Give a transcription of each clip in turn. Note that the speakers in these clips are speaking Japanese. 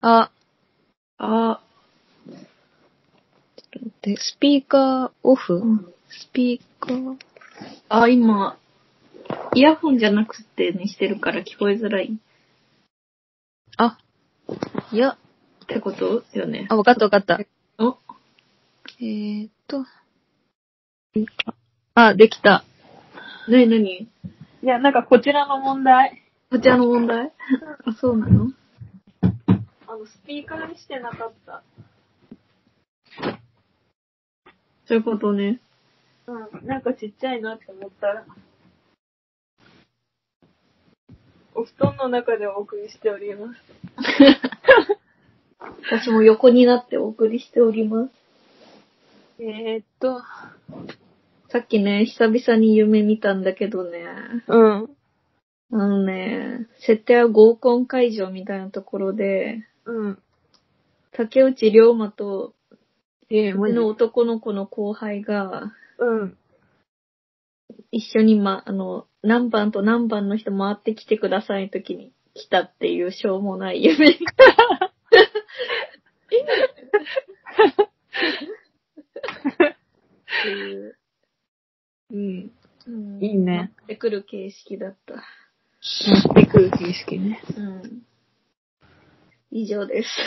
あ、あ、ちょっと待って、スピーカーオフ、スピーカー。あ、今、イヤホンじゃなくてにしてるから聞こえづらいあ、いや、ってことよね。あ、わかったわかった。おえーっと、あ、できた。なになにいや、なんかこちらの問題。こちらの問題 あ、そうなのあの、スピーカーにしてなかった。そういうことね。うん。なんかちっちゃいなって思ったら。お布団の中でお送りしております。私も横になってお送りしております。えー、っと、さっきね、久々に夢見たんだけどね。うん。あのね、設定は合コン会場みたいなところで、うん。竹内涼真と、ええうちの男の子の後輩が、うん。一緒に、ま、あの、何番と何番の人回ってきてくださいの時に来たっていうしょうもな い夢。っていう、うん。うんいいね。回ってくる形式だった。持ってくる形式ね。うん。以上です。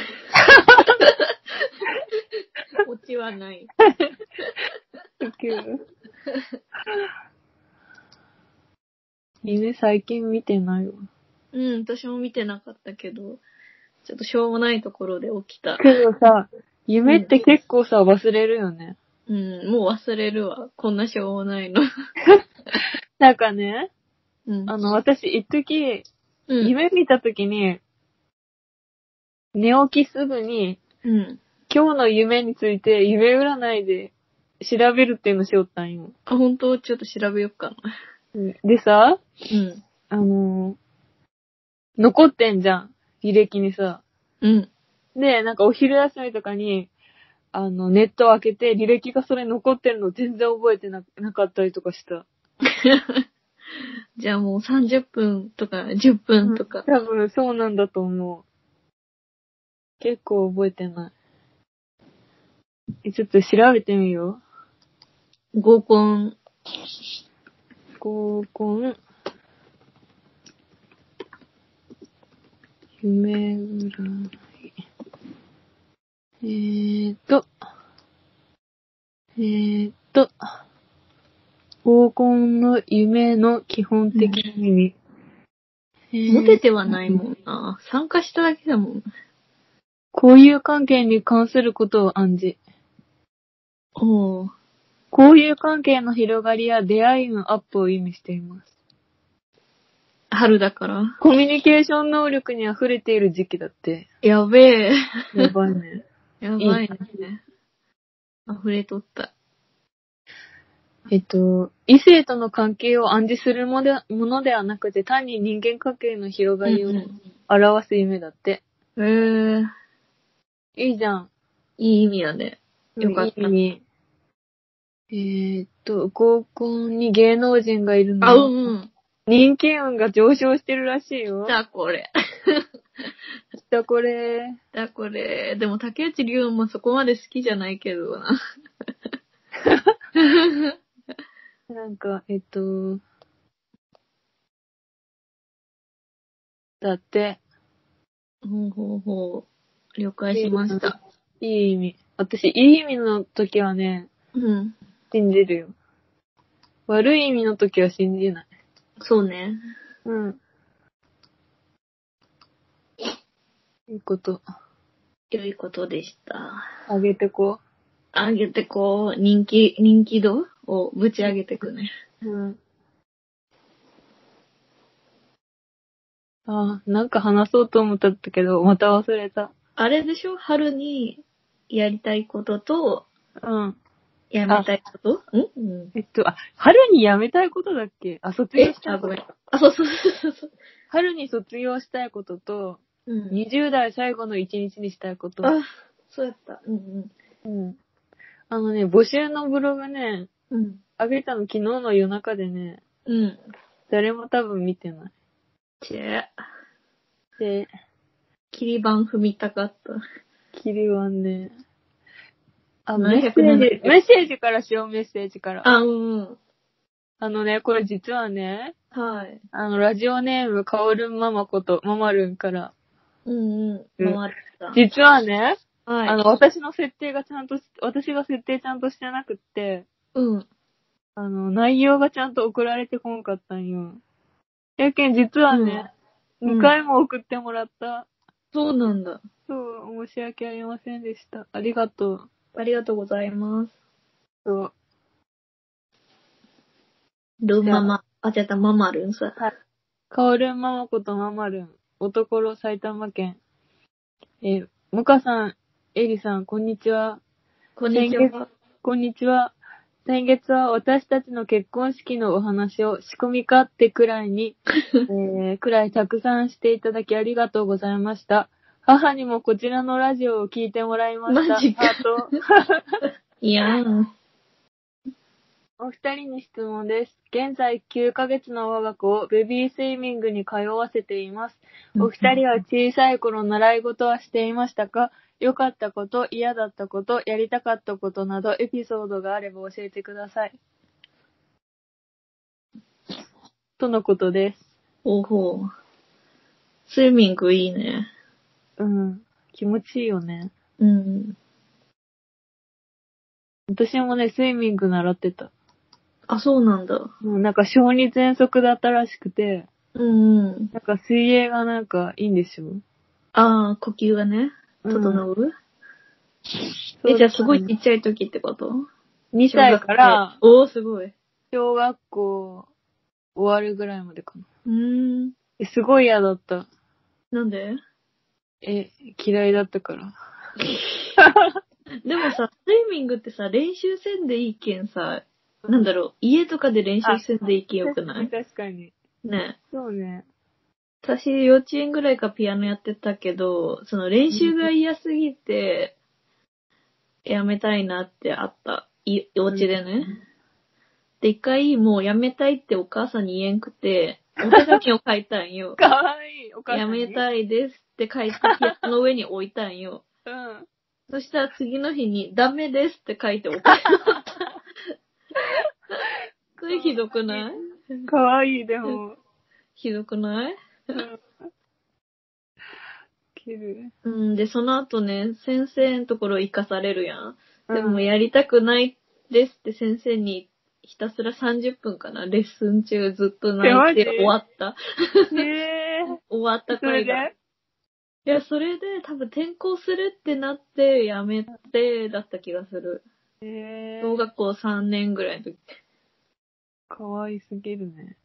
オチはない。 いいね、最近見てないわ。うん、私も見てなかったけど、ちょっとしょうもないところで起きた。けどさ、 夢って結構さ、忘れるよね。うん、もう忘れるわ。こんなしょうもないの。なんかね、うん。あの、私、一時、うん、夢見た時に、寝起きすぐに、うん。今日の夢について夢占いで調べるっていうのしよったんよ。あ、本当ちょっと調べよっかな。でさ、うん。あのー残ってんじゃん。履歴にさ。うん。で、なんかお昼休みとかに、あの、ネットを開けて履歴がそれ残ってるの全然覚えてななかったりとかした。じゃあもう30分とか10分とか。多分そうなんだと思う。結構覚えてない。えちょっと調べてみよ合コう。ン。合コン。夢占い。えーっと。えーっと。合コンの夢の基本的意味。えーモテてはないもんな。参加しただけだもん。交友関係に関することを暗示。おー交友関係の広がりや出会いのアップを意味しています。春だから。コミュニケーション能力に溢れている時期だって。やべえ。やばいね。やばいね。溢れとった。えっと、異性との関係を暗示するもでものではなくて、単に人間関係の広がりを表す夢だって。うんうんへえいいじゃん。いい意味やね。よかったいい意味えーっと、合コンに芸能人がいるのあ、はうんうん。人気運が上昇してるらしいよ。だ、これ。きっとこれ。だ、これ。でも、竹内龍もそこまで好きじゃないけどな。なんか、えっと、だって、ほうほうほう。了解しました。いい意味。私、いい意味の時はね、うん。信じるよ。悪い意味の時は信じない。そうね。うん。いいこと、良いことでした。あげてこ上げてこう、人気、人気度をぶち上げてくね。う。うん。あ、なんか話そうと思ったんだけど、また忘れた。あれでしょ春にやりたいことと、うん。やめたいことんうん。えっと、あ、春に辞めたいことだっけあ、卒業えし、たあ、いこごとめん。あ、そうそうそうそう。春に卒業したいことと、うん。 20代最後の一日にしたいこと。あ、そうやった。うんうん。あのね、募集のブログね、うん。うん。あげたの昨日の夜中でね、うん。誰も多分見てない。ちぇ。で、切り板踏みたかった。キリはね。あ、メッセー770ジ、メッセージからしよう、メッセージから。ああ、うん。のね、これ実はね、はい。あの、ラジオネーム、かおるんママこと、ママルンから。うんうん。回った。はい。実はね、ああの、、私の設定がちゃんとし、私が設定ちゃんとしてなくって、うん。あの、内容がちゃんと送られてこんかったんよ。やけん、実はね、うん2回も送ってもらった。そうなんだ。そう、申し訳ありませんでした。ありがとう。ありがとうございます。そう。ルンママ。あ、違った、ママルンさ。カオルンママことママルン、男ろ埼玉県。えー、モカさん、エリさん、こんにちは。こんにちは先。こんにちは。先月は私たちの結婚式のお話を仕込みかってくらい に、えーくらいたくさんしていただきありがとうございました。母にもこちらのラジオを聞いてもらいました。マジかハートいやー。お二人に質問です。現在9ヶ月の我が子をベビースイミングに通わせています。お二人は小さい頃習い事はしていましたか良かったこと、嫌だったこと、やりたかったことなどエピソードがあれば教えてください。とのことです。ほうほう。スイミングいいね。うん。気持ちいいよね。うん。私もね、スイミング習ってた。あ、そうなんだ。もうなんか小児喘息だったらしくて、うんうん。なんか水泳がなんかいいんでしょああ、呼吸がね、整う。え、じゃあすごいちっちゃい時ってこと2歳からおおーすごい。小学校終わるぐらいまでかな。うーん。えすごい嫌だった。なんでえ、嫌いだったから。でもさ、スイミングってさ、練習せんでいいけんさ、なんだろう、家とかで練習せんでいいけんよくない確かに。ね。そうね。私、幼稚園ぐらいからピアノやってたけど、その練習が嫌すぎて、やめたいなってあった。い、お家でね。で、一回、もうやめたいってお母さんに言えんくて、お手紙を書いたんよ。かわい い。お母さやんに。めい。たいですって書いて、ピアノの上に置いた んよ。うん。そしたら次の日に、ダメですって書い ておかれた。これひどくないかわいい、でも。ひどくないうん切る。うん、で、その後ね、先生のところ行かされるやん。でうも、んやりたくないですって先生に、ひたすら30分かな、レッスン中ずっと泣いえマてジ終わった。えー。終わったそ声れが。でいや、それで多分転校するってなって、やめて、だった気がする。え小学校3年ぐらいの時。かわいすぎるね。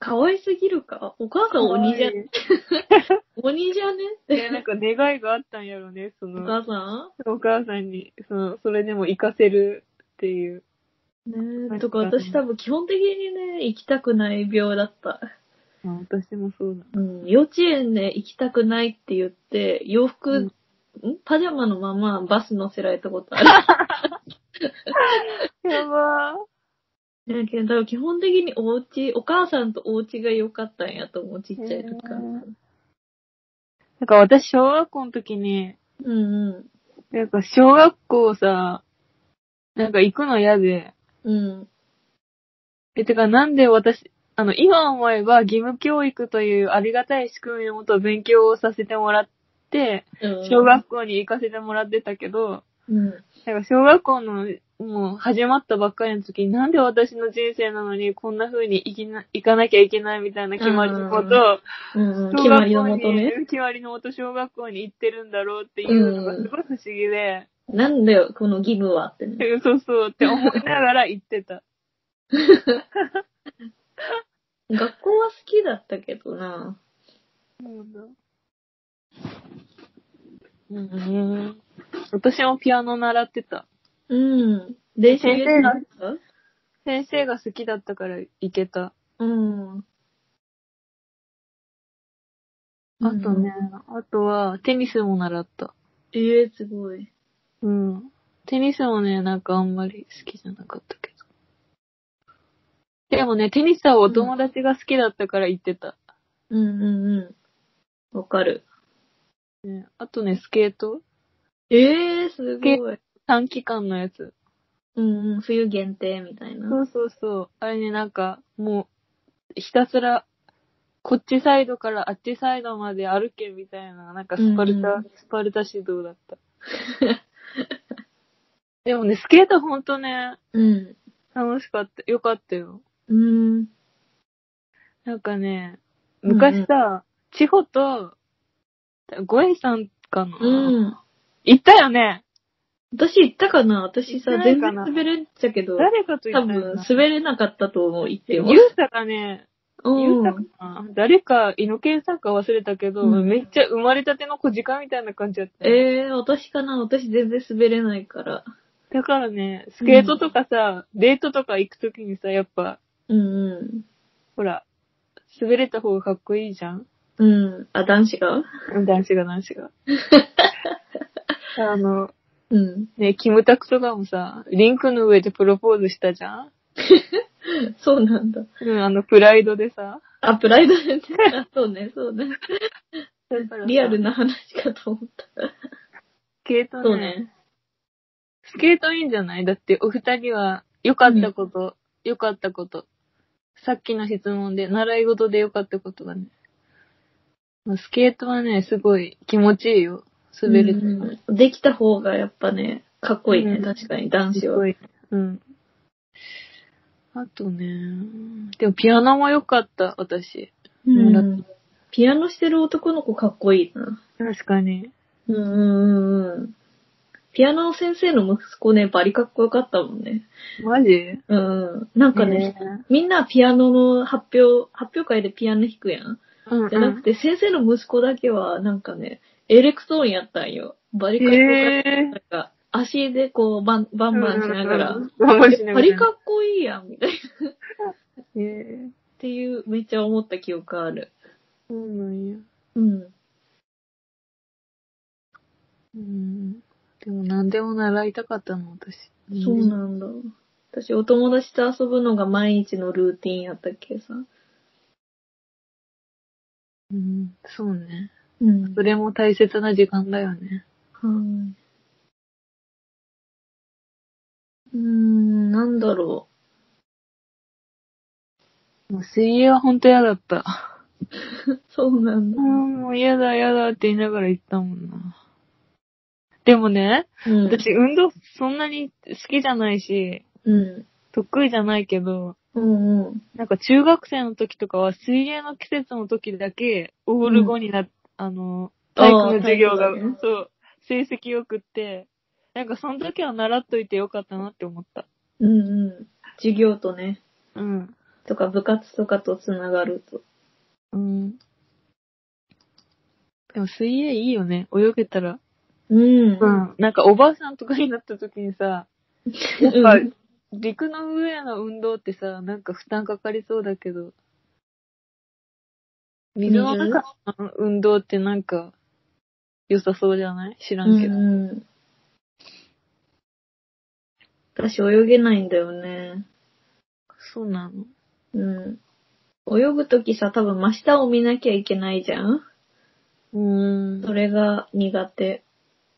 可愛すぎるかお母さん鬼じゃ、鬼じゃねで、なんか願いがあったんやろね、そおの、母さお母さんに、その、それでも行かせるっていう。んねええ。とか私多分基本的にね、行きたくない病だった。あ私もそうだ。うん。幼稚園で行きたくないって言って、洋服、んパジャマのままバス乗せられたことあ る。やばー。だけど、基本的にお家、お母さんとお家が良かったんやと思う、ちっちゃい時から。へーなんか私、小学校の時に、うんうなんか小学校さ、なんか行くの嫌で、ん。うん。え、てかなんで私、あの、今思えば義務教育というありがたい仕組みのもと勉強をさせてもらって、うん小学校に行かせてもらってたけど、うん。なんか小学校の、もう始まったばっかりの時になんで私の人生なのにこんな風に行きな、行かなきゃいけないみたいな決まりのこうんと、うんうん。小決学ま校りにのもとね。決まりのもと小学校に行ってるんだろうっていうのがすごい不思議で、なんだよ、この義務はってね。そうそうって思いながら行ってた。学校は好きだったけどな。うん。私もピアノ習ってた。うん。練習先生がやってた先生が好きだったから行けた。うん。あとね、あとはテニスも習った。うん。ええすごい。うん。テニスもね、なんかあんまり好きじゃなかったけど。でもね、テニスはお友達が好きだったから行ってた。うんうんうん。わかる。ねあとね、スケートええすけごい。短期間のやつ。うんうん、冬限定みたいな。そうそうそう。あれね、なんか、もう、ひたすら、こっちサイドからあっちサイドまで歩けみたいな、なんかスパルタ、うんうんスパルタ指導だった。 でもね、スケートほんとね、うん。楽しかった。よかったよ。うん。なんかね、うんうん昔さ、千穂と、ゴエさんかな、うん。行ったよね私行ったかな私さ行っ、てない全か然な滑れんじゃけど、誰かと行多ったよ分な。滑れなかったと思う、行ってゆも。うさがね、ゆううんさかな誰か、イノケンさんか忘れたけど、うんめっちゃ生まれたての小鹿みたいな感じだったよ。ええ私かな私全然滑れないから。だからね、スケートとかさ、デートとか行くときにさ、やっぱ、うんうん。ほら、滑れた方がかっこいいじゃんうん。あ、男子が男子が男 子が。あの、うん。ね、キムタクとかもさ、リンクの上でプロポーズしたじゃんそうなんだ。うん、あの、プライドでさ。あ、プライ ドでね。あそうね、そうね。リアルな。な話かと思った。スケートそうねね。スケートいいんじゃないだってお二人は良かったこと、良、かったこと。さっきの質問で、習い事で良かったことだね。まあスケートはね、すごい気持ちいいよ。滑ると。うんできた方がやっぱね、かっこいいね、うん確かに、男子すはご。い。うん。あとね、でもピアノも良かった、私。ううんんピアノしてる男の子かっこいいな。確かに。うんうんうんうん。ピアノ先生の息子ね、バリかっこよかったもんね。マジうんうん。なんかね、みんなピアノの発表、発表会でピアノ弾くやん。うんうんじゃなくて、先生の息子だけは、なんかね、エレクトーンやったんよ。バリかっこよかった。へなんか、足でこう、バン、バンバンしながら。うんうんうんバンバンしながらバリかっこいいやん、みたいな。え。へえ。っていう、めっちゃ思った記憶ある。そうなんや。うん。うん。でも何でも習いたかったの、私。そうなんだ。私、お友達と遊ぶのが毎日のルーティンやったっけさ。うん。そうね。うんそ。れも大切な時間だよね。うん。うーん、なんだろもう水泳はほんと嫌だった。う。そうなんだう。ん、もう嫌だ嫌だって言いながら行ったもんな。でもね、うん。私運動そんなに好きじゃないし、うん。得意じゃないけど、うんうん。なんか中学生の時とかは水泳の季節の時だけ、オール後になっ、あの、体育の授業が、あー体育ねそう、成績良くって、なんかその時は習っといてよかったなって思った。うんうん。授業とね、うん。とか部活とかとつながると。うん。でも水泳いいよね、泳げたら。うん。うん。なんかおばあさんとかになった時にさ、やっぱうん陸の上の運動ってさ、なんか負担かかりそうだけど、水の中の運動ってなんか良さそうじゃない知らんけど。うんうん。私泳げないんだよね。そうなのうん。泳ぐときさ、多分真下を見なきゃいけないじゃんうーそん。れが苦手。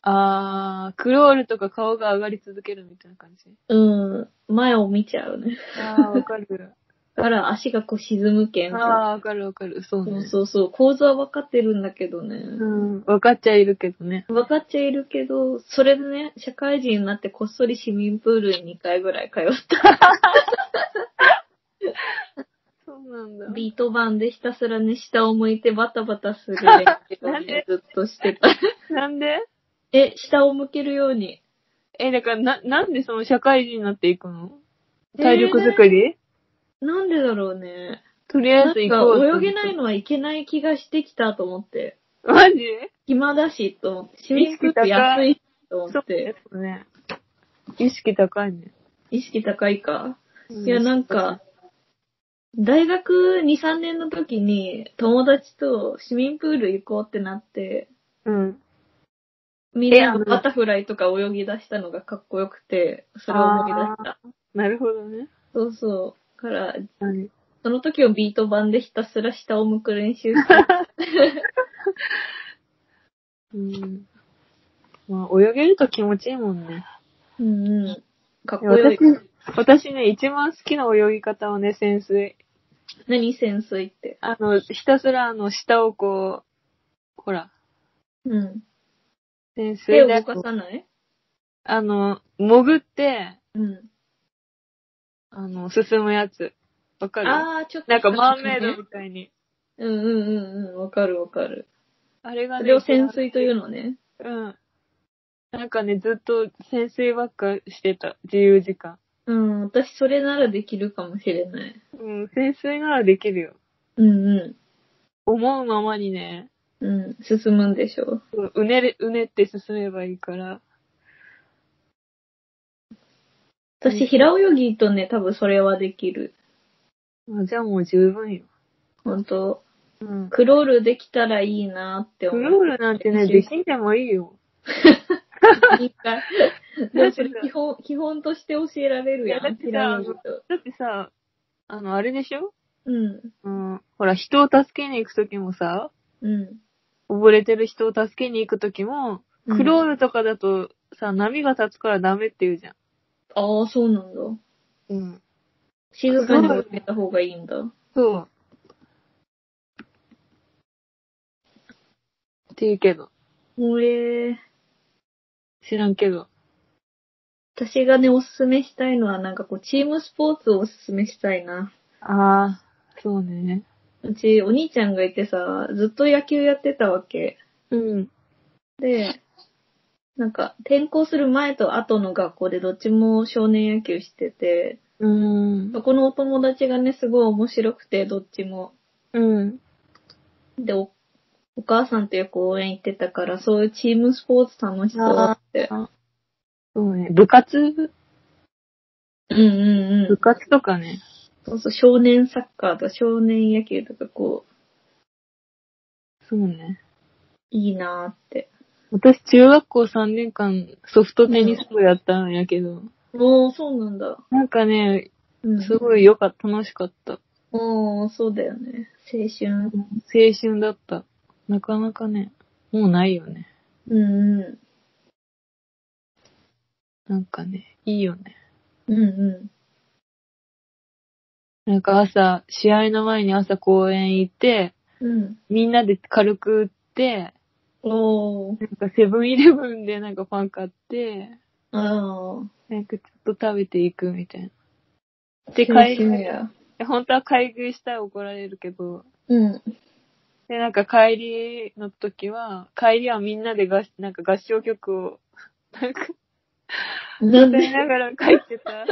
あー、クロールとか顔が上がり続けるみたいな感じ。うん。前を見ちゃうね。あー、わかる。だから足がこう沈むけんさ。あー、わかるわかる。そうそうね。そうそう。構図は分かってるんだけどね。うん。わかっちゃいるけどね。分かっちゃいるけど、それでね、社会人になってこっそり市民プールに2回ぐらい通 った。そうなんだビート板でひたすらね、下を向いてバタバタする練習 をなんでね、ずっとしてた。なんでえ、下を向けるように。え、だからな、なんでその社会人になっていくの体力作り、なんでだろうね。とりあなえんかず行こう。泳げないのはいけない気がしてきたと思って。マジ暇だし、と思って。市民プール安いしと思って。そうね。意識高いね。意識高いか。うんいや、なんか、、大学2、3年の時に友達と市民プール行こうってなって、うん。みんなえあのがバタフライとか泳ぎ出したのがかっこよくて、それを思い出した。なるほどね。そうそう。から、うんその時をビー ト板でひたすら下を向く練習して、うん。まあ、泳げると気持ちいいもんね。うんうん。かっこよい私。、私ね、一番好きな泳ぎ方はね、潜水。何潜水って。あの、ひたすらあの、下をこう、ほら、うん。潜水手をで動かさないあの、潜って、うん。あの、進むやつ。わかるああ、ちょっと。なんかマーメイドみたいに。うんうんうんうん。わかるわかる。あれがそね、れを潜水というのね。うん。なんかね、ずっと潜水ばっかしてた、自由時間。うん、私それならできるかもしれない。うん、潜水ならできるよ。うんう思うままにね、ん。うん、進むんでしょううねれ、うねって進めばいいから。私、平泳ぎとね、多分それはできる。あじゃあもう十分よ。ほんと。うん。クロールできたらいいなってク思う。ロールなんてね、できんでもいいよ。一回。でもそれ基 本、基本として教えられるやいやだん。ってさ平泳ぎと。だってさ、あの、あれでしょうん。うん。ほら、人を助けに行くときもさ、うん。溺れてる人を助けに行くときも、クロール。ルとかだとさ、波が立つからダメって言うじゃん。ああ、そうなんだ。うん。静かに泳げた方がいいんだ。そう。って言うけど。俺、知らんけど。私がね、おすすめしたいのは、なんかこう、チームスポーツをおすすめしたいな。ああ、そうね。うち、お兄ちゃんがいてさ、ずっと野球やってたわけ。うん。で、なんか、転校する前と後の学校でどっちも少年野球してて、うん。そこのお友達がね、すごい面白くて、どっちも。うん。で、おお母さんとよく応援行ってたから、そういうチームスポーツ楽しそうって。そうね。部活うんうんう部ん。活とかね。そうそう、少年サッカーとか少年野球とかこう、そうね。いいなーって。私、中学校3年間ソフトテニス部やったんやけど、もう、そうなんだ。なんかね、うん。すごい良かった、楽しかった。もう、そうだよね。青春。青春だった。なかなかね、もうないよね。うんうなんかね、いいよね。ん。うんうなんか朝、試合の前に朝公園行って、ん。うん。みんなで軽く打って、おー。なんかセブンイレブンでなんかパン買って、あなんかちょっと食べていくみたいな。あ。で、青買い春や。本当は買い食いしたら怒られるけど、うん。で、なんか帰りの時は、帰りはみんなでがなんか合唱曲を、なんか、なん歌でいながら帰って た。青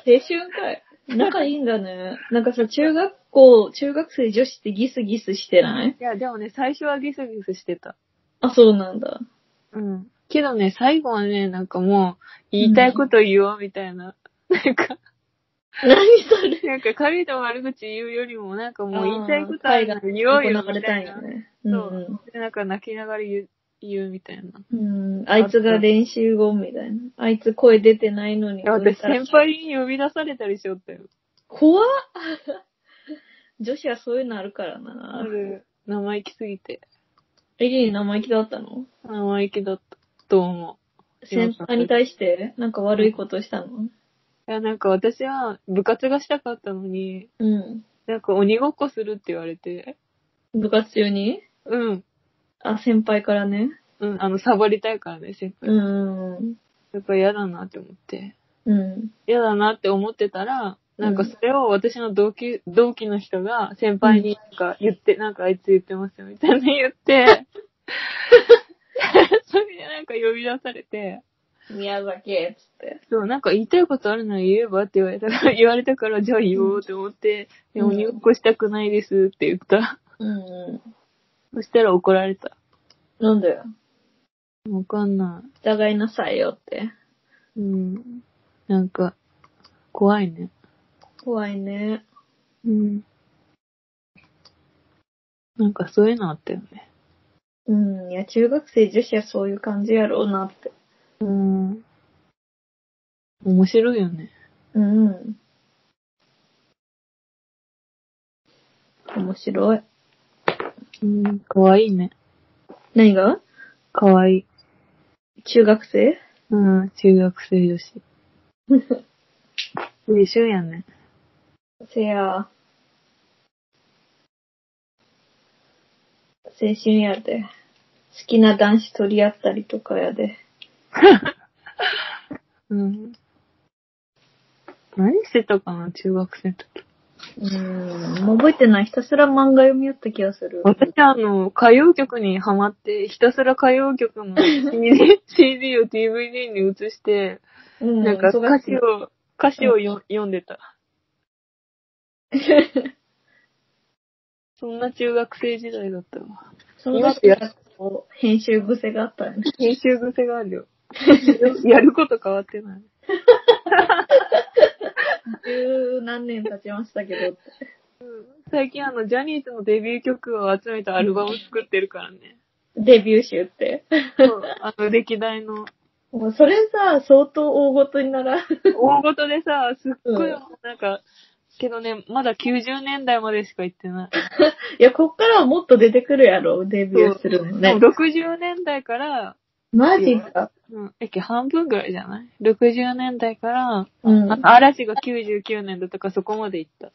春かい。仲いいんだね。なんかさ、中学校、中学生女子ってギスギスしてないいや、でもね、最初はギスギスしてた。あ、そうなんだ。うん。けどね、最後はね、なんかもう、言いたいこと言おうみたいな。なんか、何それ。 なんか軽いと悪口言うよりも、なんかもう言いたいことあるなら言おうよ行われみたたいいなよ。ね。うそんう。で、なんか泣きながら言う、言うみたいな。うん。うん。あいつが練習後みたいな。あいつ声出てないのに。私、先輩に呼び出されたりしよったよ。怖っ女子はそういうのあるからあな。る。生意気すぎて。エリー生意気だったの生意気だったと思先輩に対してなんか悪いことしたう。のいや、なんか私は部活がしたかったのに、うん。なんか鬼ごっこするって言われて、部活中にうん。あ、先輩からね。うん、あの、サボりたいからね、先輩。うん。やっぱ嫌だなって思って。うん。嫌だなって思ってたら、なんかそれを私の同期、同期の人が先輩になんか言って、なんかあいつ言ってますよみたいな言 って、それでなんか呼び出されて、宮崎っつって。そう、なんか言いたいことあるなら言えばって言われたから、言われたから、じゃあ言おうと思って、でうんも入校したくないですって言った。うん。そしたら怒られた。なんだよ。わかんな従いなさいよって。い。うん。なんか、怖いね。怖いね。うん。なんかそういうのあったよね。うん。いや、中学生女子はそういう感じやろうなって。うん。面白いよね。うん。面白い。うん。かわいいね。何がかわいい。中学生うん、中学生女 子。青春やね。せや。青春やで。好きな男子取り合ったりとかやで。うん。何してたかな、中学生の時。うーん。もう覚えてない。ひたすら漫画読みよった気がする。私、あの、歌謡曲にハマって、ひたすら歌謡曲 の CD, CD を DVD に移して、うんなんか歌詞を。を、歌詞をよ、読んでた。 そんな中学生時代だったわ。その時はこう編集癖があったよね。編集癖があるよ。やること変わってない。十何年経ちましたけど。最近あの、ジャニーズのデビュー曲を集めたアルバムを作ってるからね。デビュー集って。そうあの、歴代の。もうそれさ、相当大ごとになら ん。大ごとでさ、すっごい、うんなんか、けどね、まだ90年代までしか行ってない。いや、こっからはもっと出てくるやろ、デビューするのねもう。60年代から、マジか。うん、駅半分ぐらいじゃない ?60 年代から、うんあ。嵐が99年だとかそこまで行った。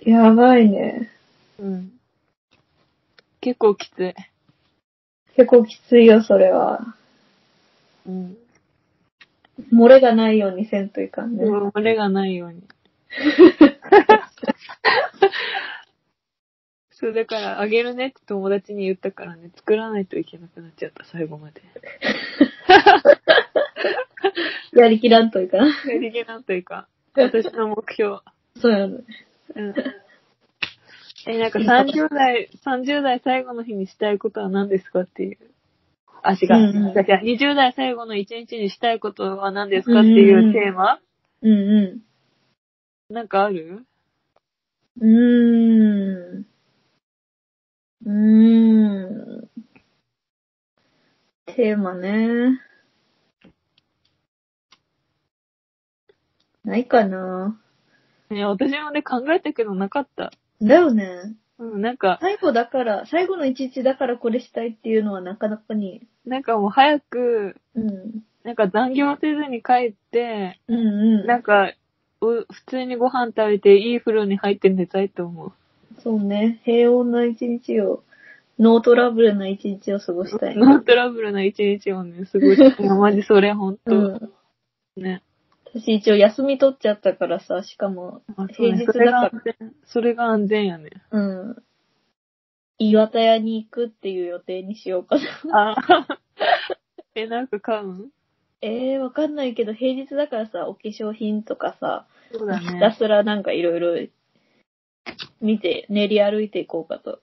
やばいね。うん。結構きつい。結構きついよ、それは。うん。漏れがないようにせんといかんね。漏れがないように。 そう、だから、あげるねって友達に言ったからね、作らないといけなくなっちゃった、最後まで。 やりきらんといかん。 やりげなんというか、私の目標。そうやね。うん。え、なんか30代、30代最後の日にしたいことは何ですかっていう。あ、違う。うんうん違う20代最後の一日にしたいことは何ですかっていうテーマ、うんうなんかあるん。うーん。うーん。テーマね。ないかな。いや、私もね、考えたけどなかった。だよね。うん、なんか、最後だから、最後の一日だからこれしたいっていうのはなかなかに。なんかもう早く、うん。なんか残業せずに帰って、うんうん。なんか、お普通にご飯食べていい風呂に入って寝たいと思う。そうね。平穏な一日を、ノートラブルな一日を過 ごしたい。ノートラブルな一日をね、過ごして、マジそれほんと、うん。ね。私一応休み取っちゃったからさ、しかも、あ平日だかそられが安全それが安全やね。うん。岩田屋に行くっていう予定にしようかな。 あ え、なんか買うんええー、わかんないけど、平日だからさ、お化粧品とかさ、そうひた。すらなんかいろいろ見て、練り歩いていこうかと。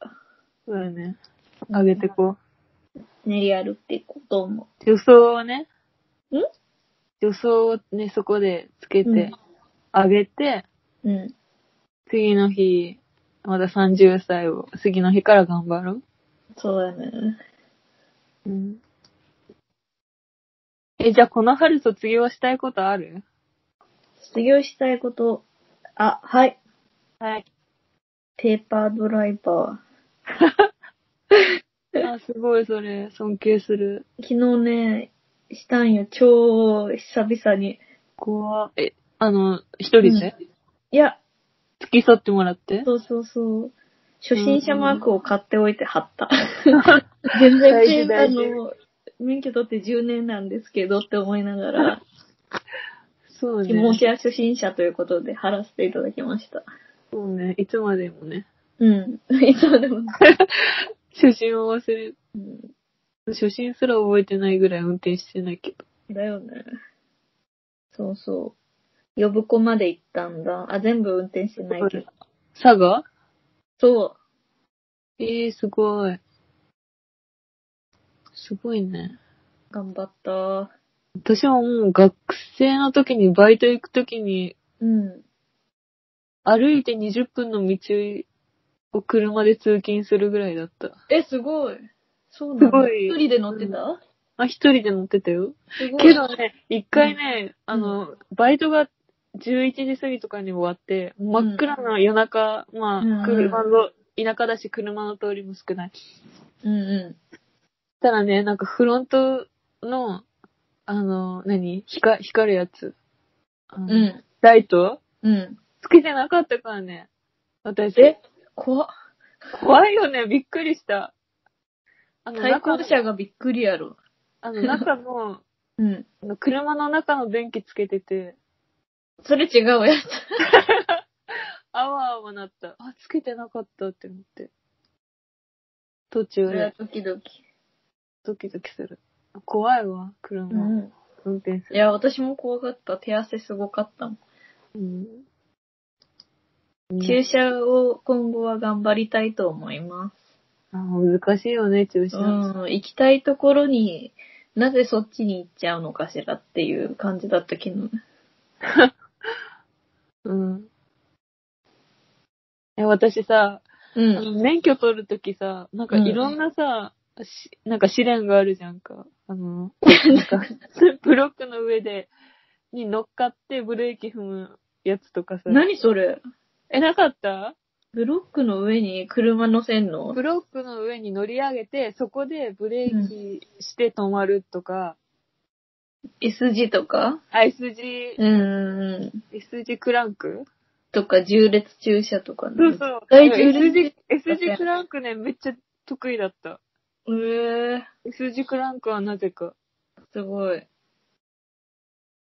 そうだね。あげてこ練り歩いていこうと思う。女装をね。ん女装をね、そこでつけうてん、あげて、う。うん。次の日、まだ30歳を、次の日から頑張ろそうだね。う。うん。え、じゃあこの春卒業したいことある卒業したいこと、あ、はい。はい。ペーパードライバー。あ、すごいそれ、尊敬する。昨日ね、したんよ、超久々に。怖っえ、あの、一人で、いや、付き添ってもらってそうそうそう。初心者マークを買っておいて貼った。全然大事ペーパ大ー事の、免許取って10年なんですけどって思いながら、 そう気持ちは初心者ということで貼らせていただきました。そうね。いつまでもね。うん。いつまでも。初心を忘れ、うん初心すら覚えてないぐらい運転してないけど。だよね。そうそう。呼ぶ子まで行ったんだ。あ、全部運転してないけど。佐賀そう。ええー、すごい。すごいね。頑張った。私はもう学生の時にバイト行く時にうん。歩いて20分の道を車で通勤するぐらいだった。え、すごい。そうなすごのい一人で乗ってたあ、一人で乗ってたよ。すごい。けどね、一回ね、あの、バイトが11時過ぎとかに終わって、真っ暗な夜中、まうんあ、車の、田舎だし車の通りも少ない。うんうたらね、なんかフロントの、あの、何光、光るやつ。うう。ん。ライトうん。つけてなかったからね。私。え怖っ。怖いよね。びっくりした。あの、対中向の、車がびっくりやろ。あの、中の、 うん。あの車の中の電気つけてて、それ違うやつ。あわあわなった。あ、つけてなかったって思って。途そ中れはで時々。ドキドキする。怖いわ、車。うん。運転すいる。や、私も怖かった。手汗すごかったもん。うん。注射を今後は頑張りたいと思いまあ難しいよね、駐す。車。うん。行きたいところに、なぜそっちに行っちゃうのかしらっていう感じだったけど。うん。え、私さ、うあん。の免許取るときさ、なんかうんいろんなさ、しなんか試練があるじゃんか。あ の、なんか、ブロックの上で、に乗っかってブレーキ踏むやつとかさ。何それえ、なかったブロックの上に車乗せんのブロックの上に乗り上げて、そこでブレーキして止まるとか、 ?S 字とか S 字、うん。 S 字クランクとか、重列駐車とかね。そうそう。大重列 S 字、だ S け字クランクね、めっちゃ得意だった。えー、 S 字クランクはなぜか。すごい。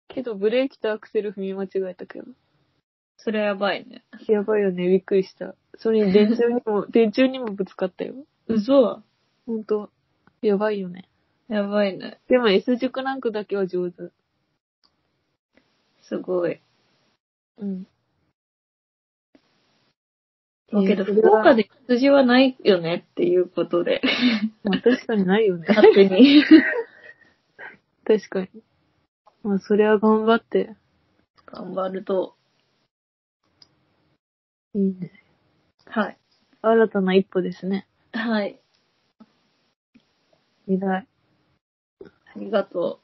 けど、ブレーキとアクセル踏み間違えたけど。それやばいね。やばいよね、びっくりした。それに電柱に も、電柱にもぶつかったよ。嘘ほんと、やばいよね。やばいね。でも S 字クランクだけは上手。すごい。うん。だけど、えーそれ福は岡で羊はないよねっていうことで、まあ確かにないよね。 勝手に。確かに。まあ、それは頑張って。 頑張ると、いいね。はい。新たな一歩ですね。はい。偉い。ありがと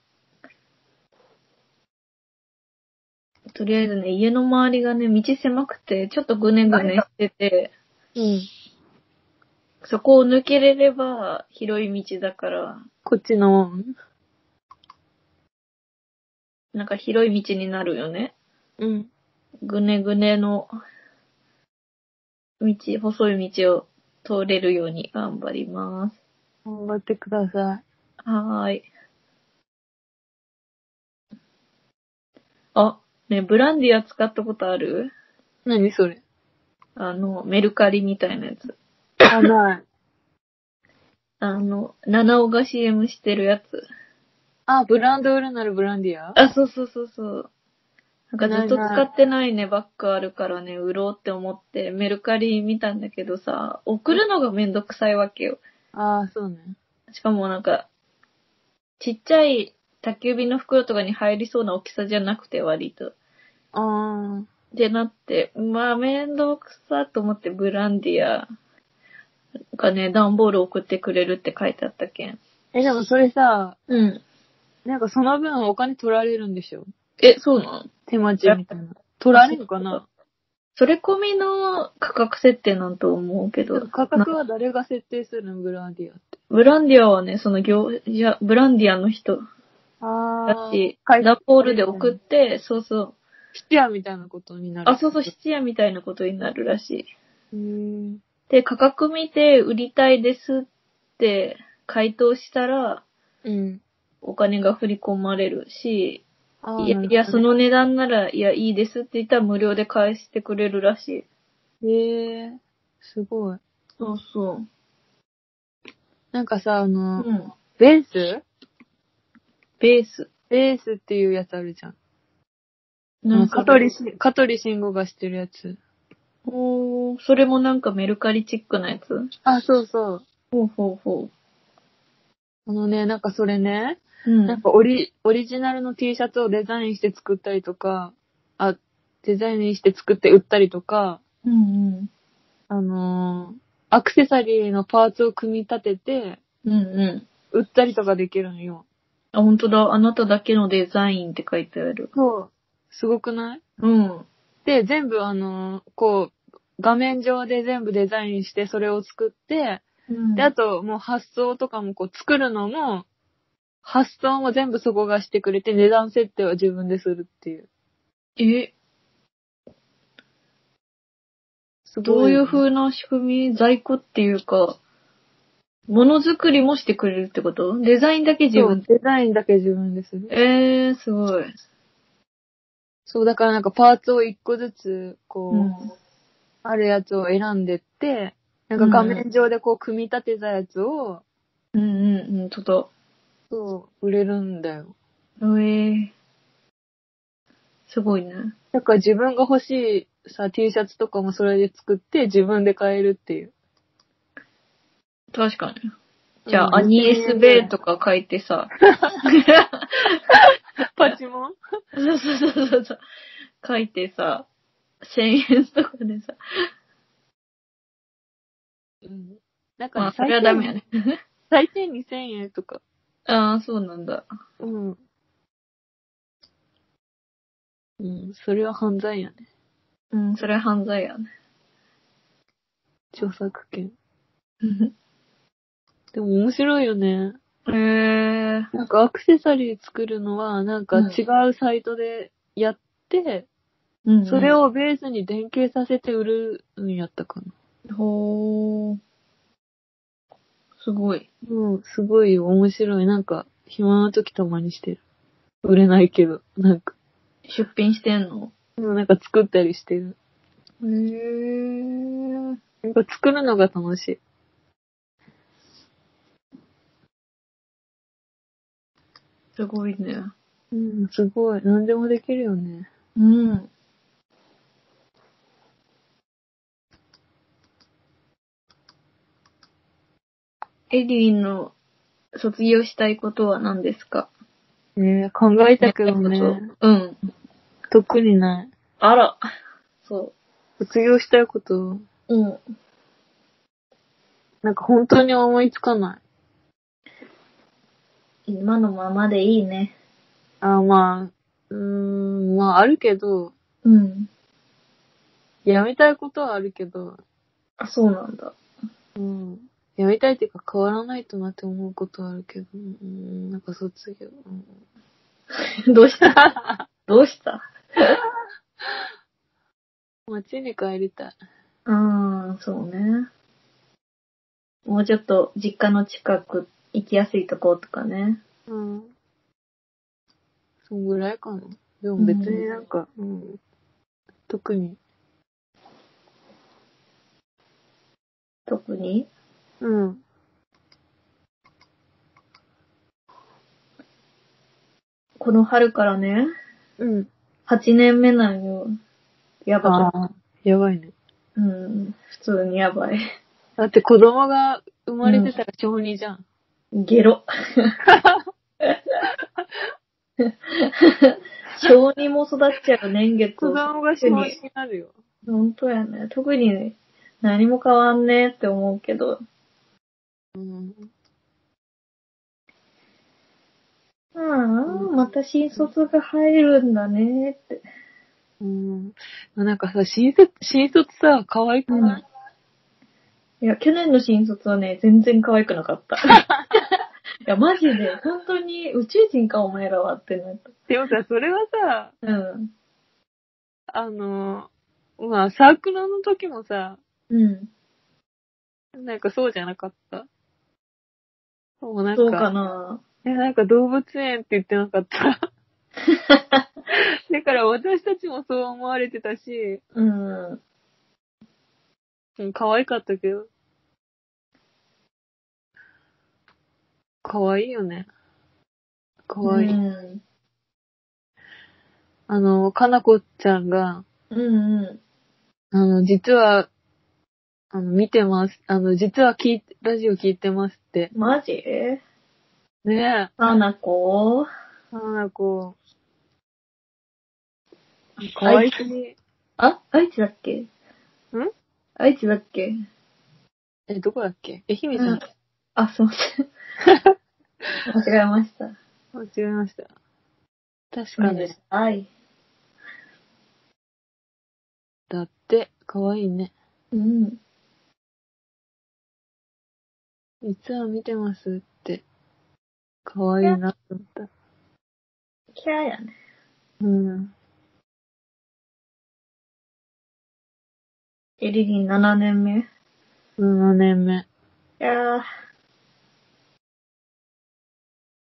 う。とりあえずね、家の周りがね、道狭くて、ちょっとぐねぐねしてて、うん。そこを抜けれれば、広い道だから、こっちの、なんか広い道になるよね。うん。ぐねぐねの道、細い道を通れるように頑張ります。頑張ってください。はーい。あ、ね、ブランディア使ったことある何それあの、メルカリみたいなやつ。あ、ない。あの、七尾が CM してるやつ。 あ、ブランド売るならブランディアあ、そうそうそうそう。なんかずっと使ってないね、バッグあるからね、売ろうって思って、メルカリ見たんだけどさ、送るのがめんどくさいわけよ。ああ、そうね。しかもなんか、ちっちゃい宅急便の袋とかに入りそうな大きさじゃなくて割と。ああ。でなって、まあめんどくさと思ってブランディアがね、段ボール送ってくれるって書いてあったけん。え、でもそれさ、うん。なんかその分お金取られるんでしょえ、そうなの手間賃みたいな。取られるかなそれ込みの価格設定なんと思うけど、価格は誰が設定するのブランディアって。ブランディアはね、その業者、ブランディアの人あたち、段ボールで送っって。て、そうそう。シチアみたいなことになる。あ、そうそう、質屋みたいなことになるらしう。い。ん。で、価格見て売りたいですって回答したら、うん。お金が振り込まれるし、あいや、いやそ。の値段なら、いや、いいですって言ったら無料で返してくれるらしい。ええすごい。そうそう。なんかさ、あうの、ん。ベースベース。ベースっていうやつあるじゃん。なん香か、取し、香取慎吾がしてるやつ。おーそれもなんかメルカリチックなやつあ、そうそう。ほうほうほあのね、なんかそれね、う。うん。なんかオリ、オリジナルの T シャツをデザインして作ったりとか、あ、デザインして作って売ったりとか、うんあのーアクセサリーのパーツを組み立てて、うん。うんうん。売ったりとかできるのよ。あ、本当だ。あなただけのデザインって書いてある。そう。すごくないうん。で、全部あのーこう、画面上で全部デザインして、それを作って、うんで、あと、もう発想とかもこう作るのも、発想も全部そこがしてくれて、値段設定は自分でするっていう。え、すどごういうよね風な仕組み在庫っていうか、ものづくりもしてくれるってことデザインだけ自そう分。デザインだけ自分でする。えー、すごい。そう、だからなんかパーツを一個ずつ、こう、うんあるやつを選んでって、なんか画面上でこう組み立てたやつを、うんうんうん、ちょっと。そう、売れるんだよ。えー、すごいね。だから自分が欲しいさ、T シャツとかもそれで作って自分で買えるっていう。確かに。じゃうんあ、アニエスベーとか書いてさ、 パチモンそうそうそうそうそう。書いてさ、1000円とかでさ、うん。だかまらあ、それはダメやね。ね。最低2000円とか。ああ、そうなんだ。うん。うん、それは犯罪やね。うん、それは犯罪やね。著作権。でも面白いよね。へ えー。なんかアクセサリー作るのは、なんかうん違うサイトでやって、うんそれ。をベースに連携させて売るんやったかな。ほー。すごい。うん、すごい面白い。なんか、暇な時たまにしてる。売れないけど、なんか、出品してんのうんなんか作ったりしてる。へえー。なんか作るのが楽しい。すごいね。うん、すごい。何でもできるよね。うん。エリーの卒業したいことは何ですかねえ考えたけどね。うん。特にない。あら。そ卒業したいこと、う。うん。なんか本当に思いつかない。今のままでいいね。あ、まあ、うーん、まああるけど、うん。やめたいことはあるけど、あ、そうなんだ。 うん。やめたいっていうか変わらないとなって思うことはあるけど、うん、なんか卒業、うんどうした どうした街に帰りたい。うーん、そうね。もうちょっと実家の近く行きやすいとことかね。うん。そんぐらいかな。でも別になんか、うん、特に、特にうん。この春からね、うん。 8年目なんよ。やばかあ、っやばいね。た。うん、普通にやばい。だって子供が生まれてたら小児じゃん。ゲロ。小児も育っちゃう年月子供が小児になるよ。本当やね。特に何も変わんねえって思うけど。うん。ああ、また新卒が入るんだねって。うん。なんかさ、新卒、新卒さ、可愛くない、いや、去年の新卒はね、全然可愛くなか った。いや、マジで、本当に宇宙人かお前らはってなった。でもさ、それはさ、うん。あの、まあ、サークルの時もさ、うん。なんかそうじゃなかった。もうなんそうかか、なえ、なんか動物園って言ってなかった。だから私たちもそう思われてたし、うん。うん、可愛かったけど。可愛いよね。可愛い。うん。あの、かなこちゃんが、うんうん。あの、実は、あの、見てます。あの、実は聞いて、ラジオ聞いてますって。マジねえ、あなこ花子。か可わい愛すぎ。あ、愛知だっけん愛知だっけえ、どこだっけ愛媛じゃん。あ、 すいません。間違えました。間違えました。確かに。はい。だって、かわいいね。うん。実は見てますって。かわいいなと思った。キャーやね。うん。エリリン7年目。い7年目。やー、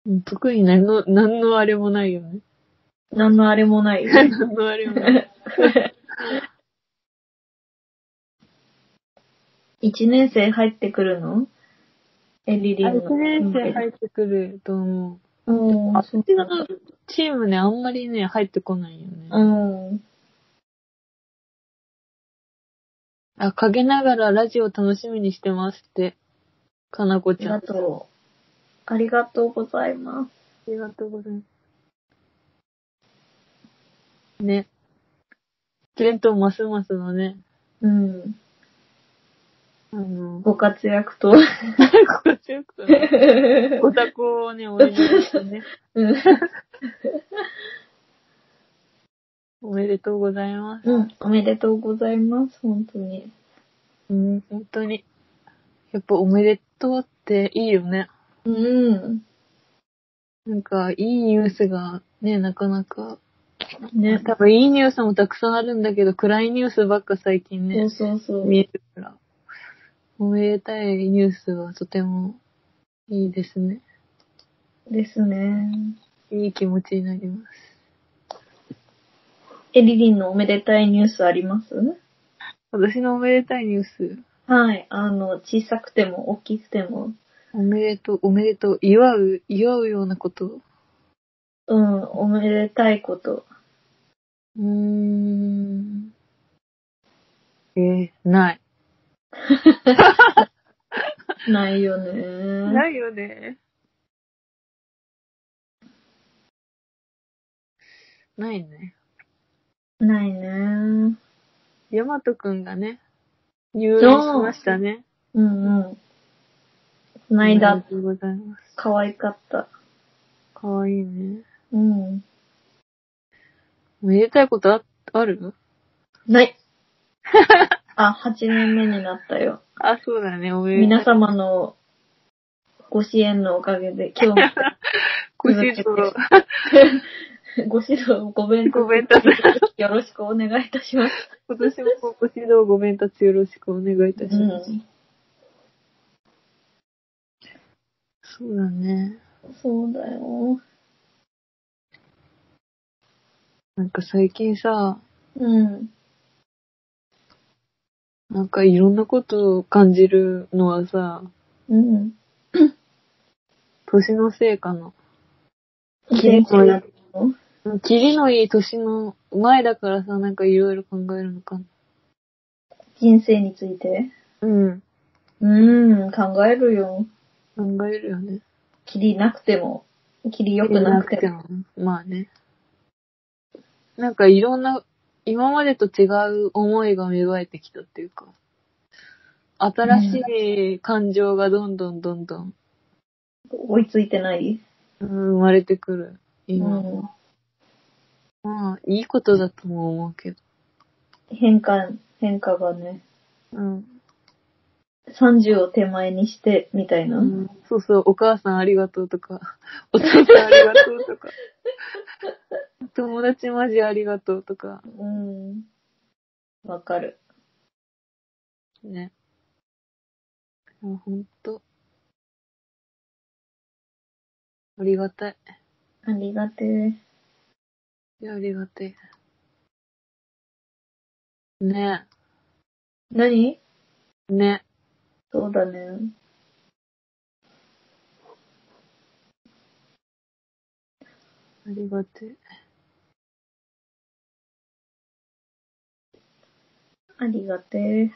うん特に何の、何のあれもないよね。 なんのあれもないよ。何のあれもない。 1年生入ってくるのエリリンあ、の。 1年生入ってくると思う。うん。あっちそうなんだのチームね、あんまりね、入ってこないよね。うん。あ、陰ながらラジオ楽しみにしてますって。かなこあちりゃん。がとう。ありがとうございます。ありがとうございます。ね。レントますますのね、うん。あ の、ご活躍と。ご活躍とね、ご多幸をね、お願いしてね。うん。おめでとうございます。うん。おめでとうございます。本当に。うん、本当に。やっぱおめでとうっていいよね。うん。なんか、いいニュースがね、なかなか。ね。多分いいニュースもたくさんあるんだけど、暗いニュースばっか最近ね。そうそうそう。見えるから。おめでたいニュースはとてもいいですね。ですね。いい気持ちになります。エリリンのおめでたいニュースあります私のおめでたいニュース、はい。あの、小さくても大きくても、おめでとう、おめでとう、祝う、祝うようなこと。ううん、おめでたいこと。ーん。えー、ない。ないよね。いよね。ないね。ないね。ヤマトくんがね、入院しましたね。うんうん。こおのめで間、とうございます。可愛かった。かわいいね。うん。めでたいことあ、ある ない。あ、8年目になったよ。あ、そうだね。おめで皆とう。様のご支援のおかげで、今日ご指 導、 もご指導、ご弁当ご弁当よろしくお願いいたします。今年もご指導ご鞭達よろしくお願いいたします。ん。そうだね。そうだよ。なんか最近さ、うん。なんかいろんなことを感じるのはさ、うん。年のせいかな。元気になっての霧のいい年の前だからさ、なんかいろいろ考えるのかな。人生について。うん。うーん、考えるよ。考えるよね。キリなくても、キリ良くなくても。も。まあね。なんかいろんな、今までと違う思いが芽生えてきたっていうか、新しい感情がどんどんどんどん、追いついてない。うん、生まれてくる。う今。ん。まあ、いいことだとも思うけど。変化、変化がね、うん。 30を手前にして、みたいな。そうそう、お母さんありがとうとか、お父さんありがとうとか、友達マジありがとうとか、うん。わ、かる。ね。いやほんと。ありがたい。ありがてえ。いや、ありがたい。ね何え、ねそうだね。ありがたい。ありがてえ。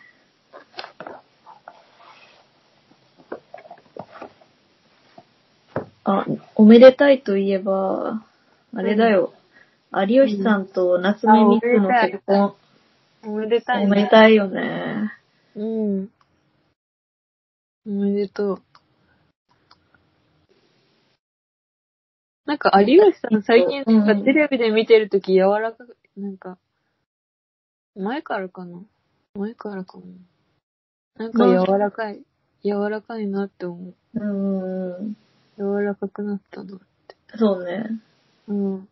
あ、おめでたいといえば、あれだよ。有吉さんと夏目みくの結婚。おめでたおいめでね。たいよね。うん。おめでとう。なんか、有吉さん最近、うんなんかテレビで見てるとき柔らかく、なんか、前からかな前からかななんか柔らかい。柔らかいなって思う。うん。柔らかくなったな。そうね。うん。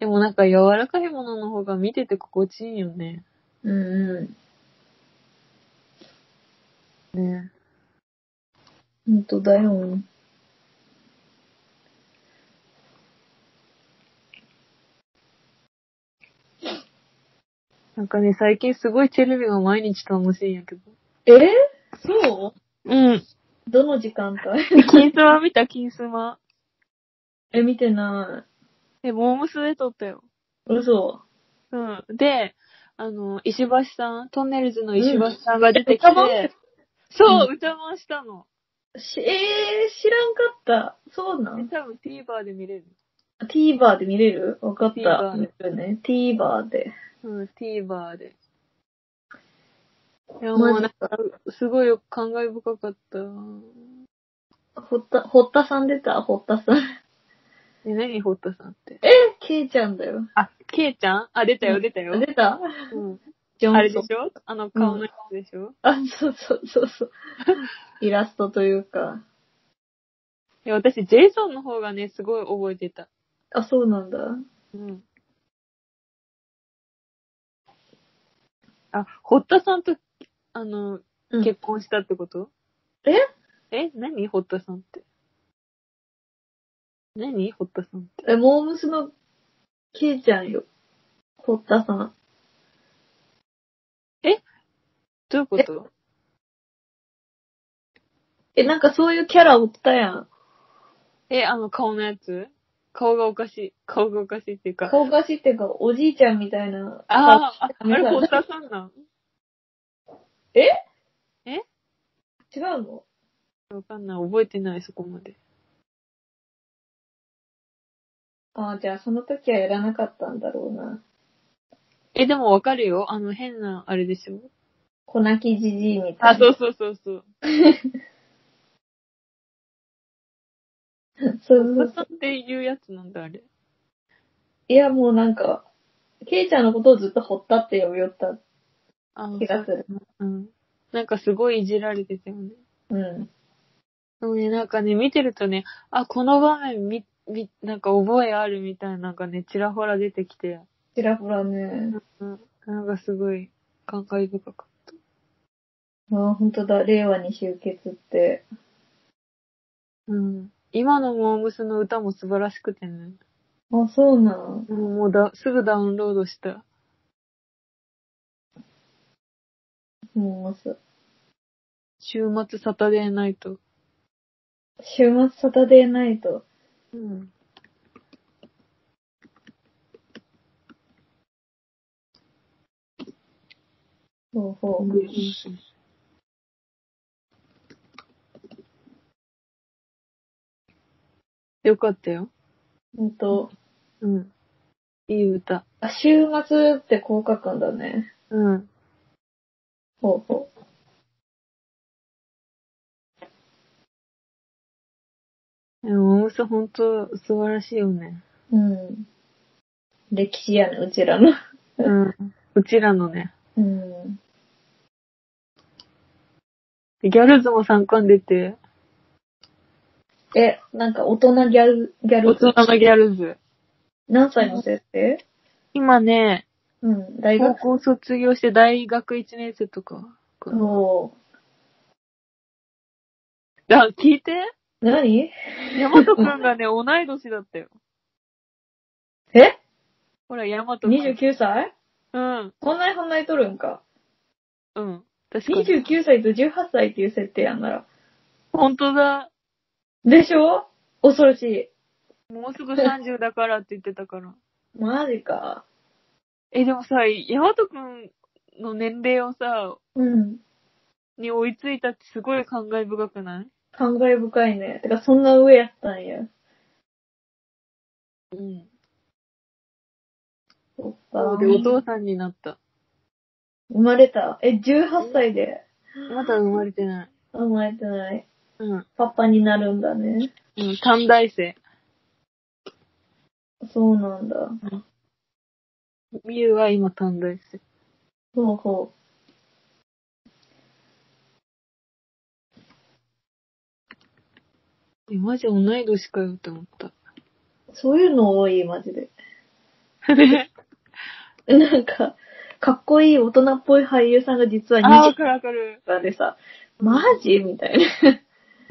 でもなんか柔らかいものの方が見てて心地いいよね。うんうね。ん。本当だよ。なんかね、最近すごいチェルミが毎日楽しいんやけど。えそううん。どの時間帯 金スマ見た、金スマ。え、見てなえ、モームスで撮ったよ。い。嘘。うん。で、あの、石橋さん、トンネルズの石橋さんが出てきて、うん歌番そう、歌もしたの。し、えー、知らんかった。そうなえん多分 TVer で見れる。 ?TVer で見れるわかった。 TVer 見るね TVer で。うん、TVer で。いや、もマうジなんか、すごいよ感慨深かった。ほった、ほったさん出たほったさん。 え、何、ホットさんって。えケイちゃんだよ。あ、ケイちゃんあ、出たうよ、ん出たよ。出たうん。ジョンソン。あれでしょあの顔のやつでしょ、あ、そうそうそう そう。イラストというか。いや、私、ジェイソンの方がね、すごい覚えてた。あ、そうなんだ。うん。あ、堀田さんと、あの、うん結婚したってことええ何堀田さんって。何堀田さんって。え、モームスのケイちゃんよ。堀田さん。どういうことえ、なんかそういうキャラおったやん。えあの顔のやつ顔がおかしい。顔がおかしいっていうか。顔がしってか、おじいちゃんみたいな。ああ、ああ見たれ堀田さんなん違うのわかんない。覚えてない、そこまで。ああ、じゃあその時はやらなかったんだろうな。え、でもわかるよ。あの変な、あれでしょ粉木じじいみたあ、いな。そうそうそうそう。堀田そうそうそさうんっていうやつなんだ、あれ。いや、もうなんか、ケイちゃんのことをずっと堀田って呼びよったあ気がする。うん。なんかすごいいじられてたよね。うん。でもね、なんかね、見てるとね、あ、この場面み、み、なんか覚えあるみたいな、なんかね、ちらほら出てきて、ちらほらね。うん。なんかすごい、感慨深かった。ああ、ほんとだ。令和に集結って。うん。今のモームスの歌も素晴らしくてね。あ、そうなもん。うもうだ、すぐダウンロードした。もうす、週末サタデーナイト。週末サタデーナイト。うん。ほうほう。よかったよ。ほんと。うん。いい歌。あ、週末ってこう書くんだね。うん。ほうほう。でも、大嘘ほんと素晴らしいよね。うん。歴史やね、うちらの。うん。うちらのね。うん。ギャルズも参加出て、え、なんか大人ギャル、ギャ大ル人のギャルズ。何歳の設定今ね、うん、大高学校卒業して大学1年生とか。の、だ、聞いて何ヤマトくんがね、同い年だったよ。えほら、ヤマトくん。 ?29 歳うん。こんなにこんなにとるんか。うん。確かに。 29歳と18歳っていう設定やんなら。ほんとだ。でしょ恐ろしい。もうすぐ30だからって言ってたから。 マジか。え、でもさ、ヤマトくんの年齢をさ、うん。に追いついたってすごい感慨深くない感慨深いね。てか、そんな上やったんや。うん。そっか。そうで、お父さんになった。生まれた。え、18歳でまだ生まれてない。生まれてない。うん。パパになるんだね。うん、短大生。そうなんだ。みゆは今短大生。ほうほえ、マジ同い年かよって思 った。そういうの多い、マジで。なんか、かっこいい大人っぽい俳優さんが実はあー、わ20かるわかる。代でさ、マジみたい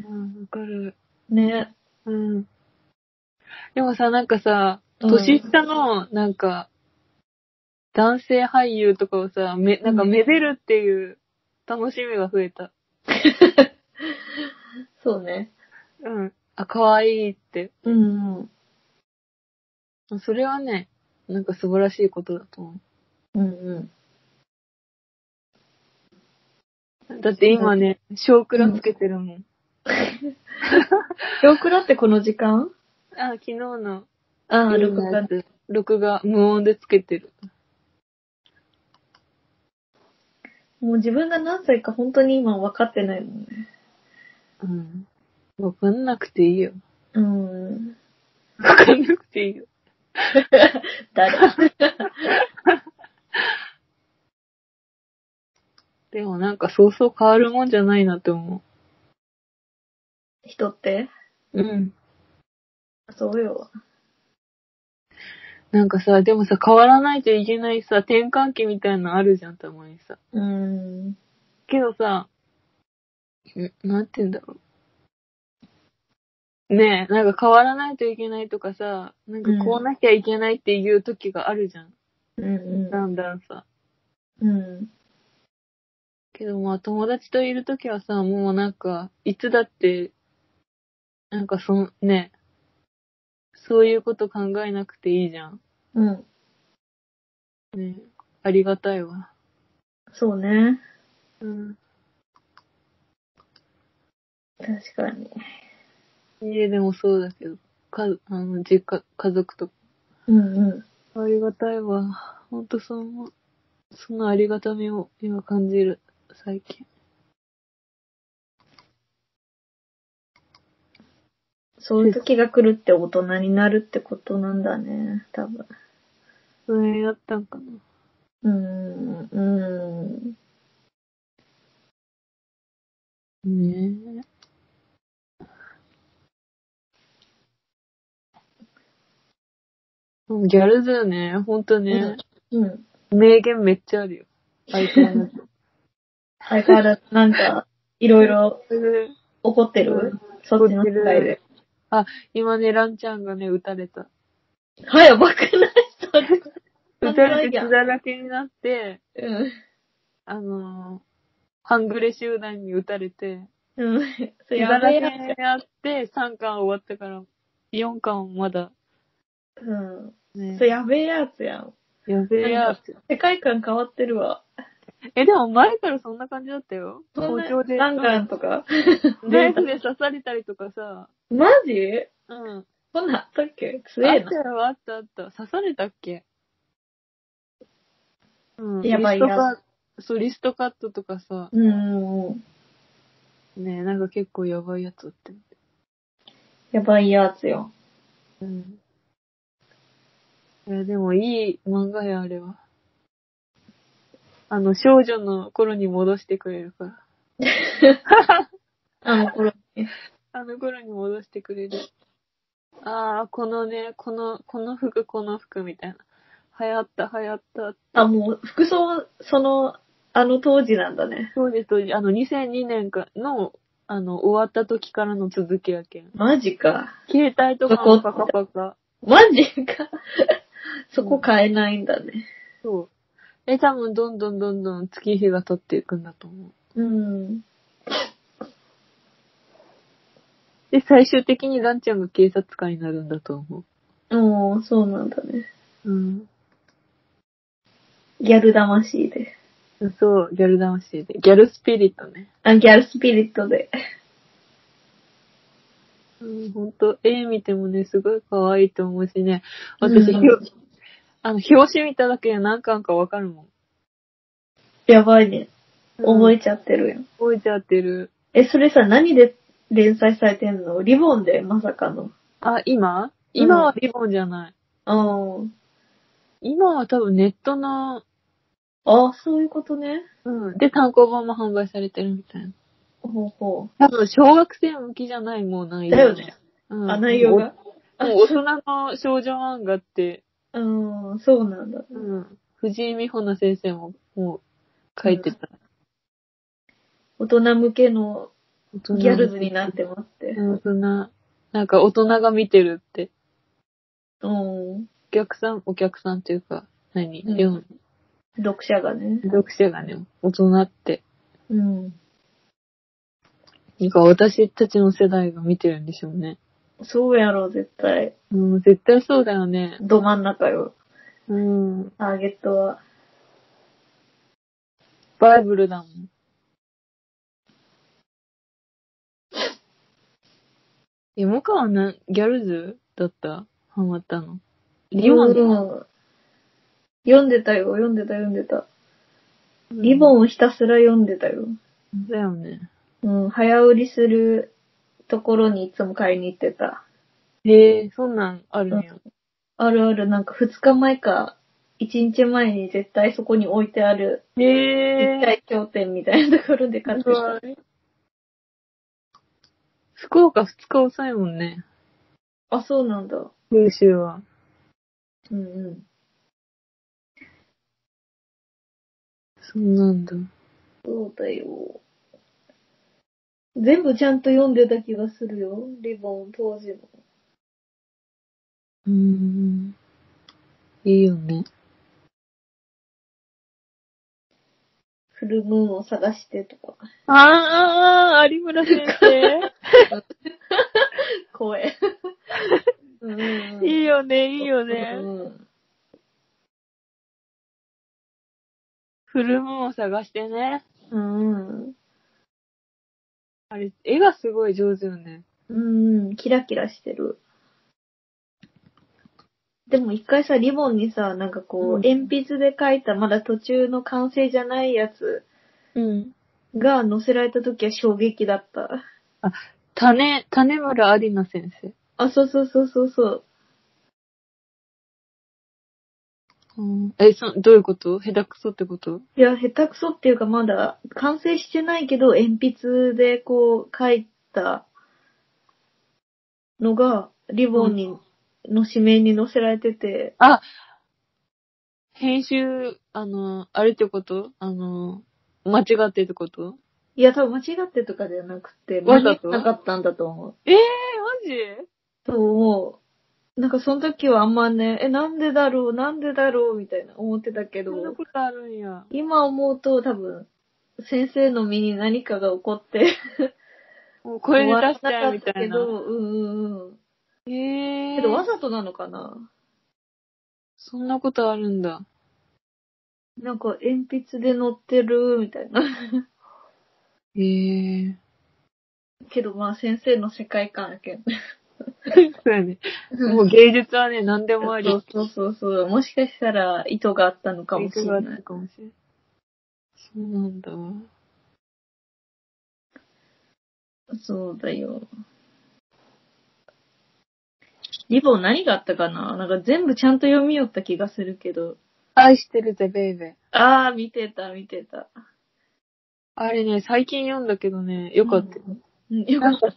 うん、わかる。な。ね。うん。でもさ、なんかさ、うん年下の、なんか、男性俳優とかをさ、め、なんかうんめでるっていう楽しみが増えた。そうね。うん。あ、可愛いって。うんうん。それはね、なんか素晴らしいことだと思うんうん。う。だって今ね、小クラつけてるもん。今日くらってこの時間あ、昨日のああ、夜録の画や。つ、録画、無音でつけてる。もう自分が何歳か本当に今分かってないもんね。うん。わかんなくていいよ。 うん。わかんなくていいよ。誰 でもなんかそうそう変わるもんじゃないなって思人ってう。うん。そうよ。なんかさ、でもさ、変わらないといけないさ、転換期みたいなのあるじゃん、たまにさ。うん。けどさ、んなんて言うんだろう。ねえ、なんか変わらないといけないとかさ、なんかこうなきゃいけないっていう時があるじゃん。うんだうんだんさ。ん。うん。けどまあ友達といる時はさ、もうなんか、いつだって、なんかその、ね、そういうこと考えなくていいじゃん。うん。ねえありがたいわ。そうね。うん。確かに。家でもそうだけど、か、あの、実家、家族とか。うんうありがたいわ。ほんとその、そのありがたみを今感じる、最近。ん。そういう時が来るって大人になるってことなんだね。多分。それやったんかな。うん。うん。ねえ。うんギャルズね、ほんとね、うん。名言めっちゃあるよ。相変わらず。相変わらずなんか、いろいろ怒ってうるそっちの世界で。今ね、ランちゃんがね、撃たれた。はやばくない人撃たれて血だらけになって、うん。あのー、半グレ集団に撃たれて、うん。それややらべれえてやあって、3巻終わったから、4巻まだ、つ。うん。ねそ、れやべえやつやん。やべえやつ。世界観変わってるわ。え、でも前からそんな感じだったよ。そん包な、丁で。ガンガンとか。 ナイフで刺されたりとかさ、マジうん。そんなんあったっけ強あえったな。よ、あったあった。刺されたっけうん。やばいリストやカそう、リストカットとかさ、うん。ねなんか結構やばいやつだって。やばいやつよ。うん。いや、でもいい漫画や、あれは。あの、少女の頃に戻してくれるから。あの頃あの頃に戻してくれる。ああ、このね、この、この服、この服みたいな。流行った、流行った。あ、もう、服装、その、あの当時なんだね。そうです、そうです。あの、2002年かの、あの、終わった時からの続きやけん。マジか。携帯とかもパカパカ。マジか。 そこ変えないんだね。そう。え、多分、どんどんどんどん月日が経っていくんだと思う。うん。で、最終的にランちゃんが警察官になるんだと思もう、そうなんだね。う。うん。ギャル魂で。そう、ギャル魂で。ギャルスピリットね。あ、ギャルスピリットで。うん、ほんと、絵見てもね、すごい可愛いと思うしね。私、うんひょあの、表紙見ただけで何巻かわかるもん。やばいね。覚えちちゃってるよ。覚えちゃってる。え、それさ、何で連載されてんのリボンで、まさかの。あ、今今はリボンじゃない。うん。今は多分ネットの、あ、そういうことね。うん、で単行本も販売されてるみたいな。あほうほ多分、小学生向きじゃない、もう内う。容。だよね。うん。あ、内容が。もう。もう大人の少女漫画って、うん、そうなんだ。うん。藤井美穂の先生も、もう、書いてた。大人向けの大人ギャルズになってますって。大人。なんか、大人が見てるって。うん。お客さん、お客さんっていうか、何、うん読む読者がね。読者がね、大人って。うん。なんか、私たちの世代が見てるんでしょうね。そうやろ、絶対。うん、絶対そうだよね。ど真ん中よ。うん。ターゲットは。バイブルだもん。山川な、ギャルズだったハマったの。リボンン。読んでたよ、読んでた、読んでた。リンボンをひたすら読んでたよ。だよね。うん、早売りするところにいつも買いに行ってた。へえ、そんなんあるんや。あるある、なんか2日前か、1日前に絶対そこに置いてある、へ一体経典みたいなところで買ってた。福岡二日遅いもんね。あ、そうなんだ。九州は。うんうん。そうなんだ。そうだよ。全部ちゃんと読んでた気がするよ。リボン、当時も。うん。いいよね。フルムーンを探してとか。ああ、有村先 生。怖え。うんう んいいよね、いいようね。んうん。フルムーンを探してね。うんあれ、絵がすごい上手よね。うん、キラキラしてる。でも一回さ、リボンにさ、なんかこう、うん鉛筆で描いたまだ途中の完成じゃないやつうん。が載せられた時は衝撃だった。種、種村有奈先生。あ、そうそうそうそうそう。うん、え、そ、どういうこと下手くそってこといや、下手くそっていうかまだ完成してないけど、鉛筆でこう描いたのが、リボンに、の指名に載せられてて、あ編集、あの、あれってことあの、間違ってってこといや、多分間違ってとかじゃなくて、わざと間に合わなかったんだと思う。ええマジと思う。なんかその時はあんまね、え、なんでだろう、なんでだろう、みたいな思ってたけどそ、んなことあるんや。今思うと多分、先生の身に何かが起こって、 もうこれで出し終たわらよなみかったたいけな。ど、うんうんうん。ええけどわざとなのかなそんなことあるんだ。なんか鉛筆で乗ってる、みたいな。 ええけどまあ先生の世界観やけん。そうやね。もう芸術はね、何でもあり。そうそうそうそう。もしかしたら意図があったのかもしれ影響があったない。かもしれない。そうなんだ。そうだよ。リボン何があったかななんか全部ちゃんと読みよった気がするけど。愛してるぜ、ベイベー。あー、見てた、見てた。あれね、最近読んだけどね、よかったよ。うん。よかなんっか、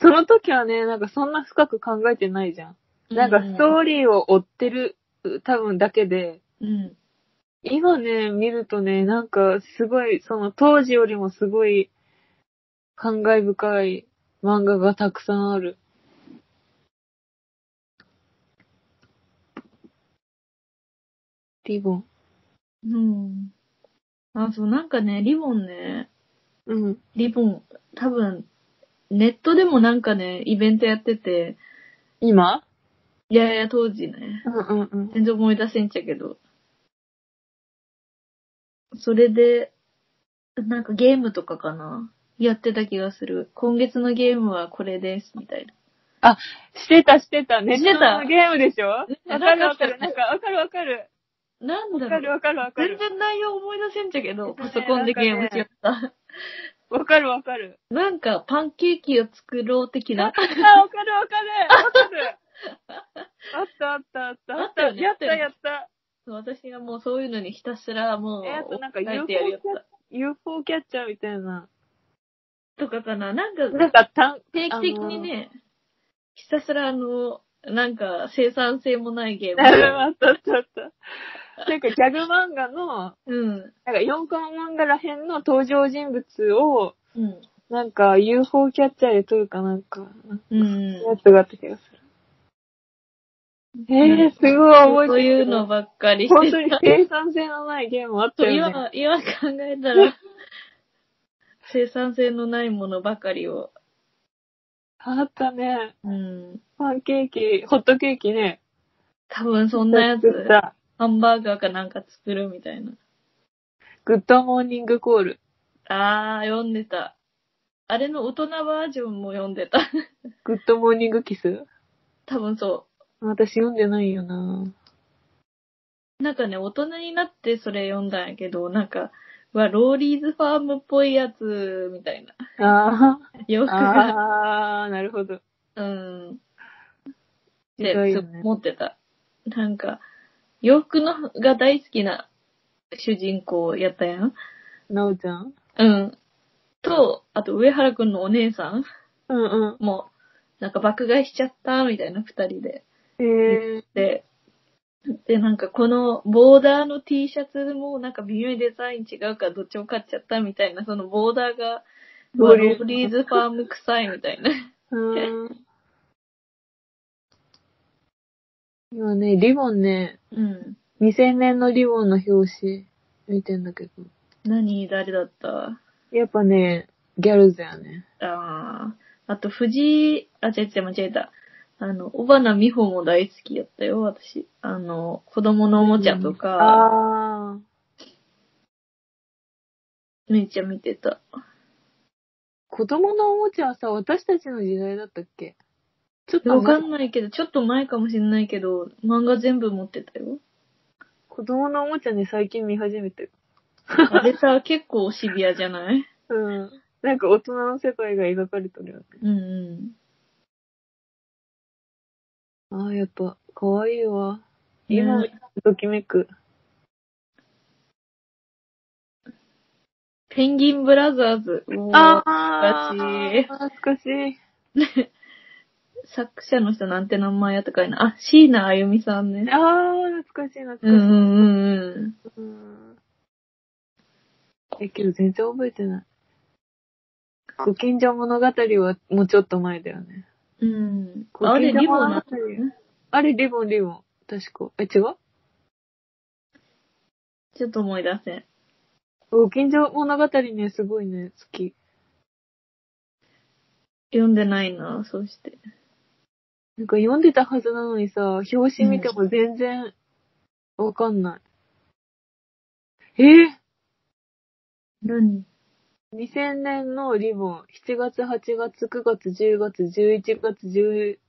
その時はね、なんかそんな深く考えてないじゃん。た。なんかストーリーを追ってる、多分だけで、うん。今ね、見るとね、なんかすごい、その当時よりもすごい、感慨深い漫画がたくさんある。リボン。うん。あ、そう、なんかね、リボンね、うん。リボン、多分、ネットでもなんかね、イベントやってて、今いやいや、当時ね、うんうんうん。全然思い出せんちゃけど。それで、なんかゲームとかかなやってた気がする。今月のゲームはこれです、みたいな。してたしてた。ネッしてトたのゲームでしょわかるわかる。ななんんかわかるわかる。なんだわかるろう。わかるわか全る。然内容思い出せんちゃけど、えっとパねソコンでゲームしよった。わかるわかる。なんか、パンケーキを作ろう 的な。あ、わかるわかる。わか る。あったあったあった。あったよねやったやった。私がもうそういうのにひたすらもう、えあとなんか追っかけてやるやつだ UFO キャッチャーみたいな。とかかななんか、なんかたん、定期的にね、ひたすらあの、なんか生産性もないゲーあのム。ー、あったあったあった。なんかギャグ漫画の、うん。なんか4コマ漫画らへんの登場人物を、うん。なんか UFO キャッチャーで撮るかなんか、うん。やつがあった気がする。えー、すごい覚えてる。そういうのばっかりし本て 当にた。生産性のないゲームあったよね。今、今考えたら、 生産性のないものばかりを。あったね。うん。パンケーキ、ホットケーキね。多分そんなやつ、作ったハンバーガーかなんか作るみたいな。グッドモーニングコール。あー、読んでた。あれの大人バージョンも読んでた。 グッドモーニングキス。多分そ私読んでないよなう。なんかね、大人になってそれ読んだんやけど、なんか、うわ、ローリーズファームっぽいやつ、みたいな。あよあ、くあが、あ、なるほど。うん。っひどいてよね思ってた。なんか、洋服のが大好きな主人公やったやん。なおちゃんうん。と、あと上原くんのお姉さんうんも、なんか爆買いしちゃった、みたいな二人で。うん。えで、で、なんかこのボーダーの T シャツもなんか微妙にデザイン違うからどっちも買っちゃったみたいな、そのボーダーが、うわローリローズーリーズファーム臭いみたいな。ー、うん。 今ね、リボンね、うん。 2000年のリボンの表紙見てんだけど。 何誰だったやっぱね、ギャルズやね。ああ、あと藤井、あ、違う違う、間違えた。あの、小花美穂も大好きやったよ、私。あの、子供のおもちゃとか、ああ。めっちゃ見てた。子供のおもちゃはさ、私たちの時代だったっけちょっとわか前んないけど、ちょっと前かもしんないけど、漫画全部持って たよ。子供のおもちゃね、最近見始めてる。あれさ、結構シビアじゃないうん。なんか大人の世界が描かれてるよね。うんうん。ああ、やっぱ、かわいいわ。ね今、ときめく。ペンギンブラザーズ。もうあー懐かしい。作者の人なんて名前やったかいな。あ、椎名あゆみさんね。ああ、懐かしい、懐かしうんうい。んうんううん。ん。え、けど全然覚えてない。ご近所物語はもうちょっと前だよね。うん。ごあれ、近所リボ物語ンなあれ、リボン、リボン。確か。え、違うちょっと思い出せん。ご近所物語ね、すごいね、好き。読んでないな、そうして。なんか読んでたはずなのにさ、表紙見ても全然、わかんない。え何ー、2000年のリボン、7月、8月、9月、10月、11月、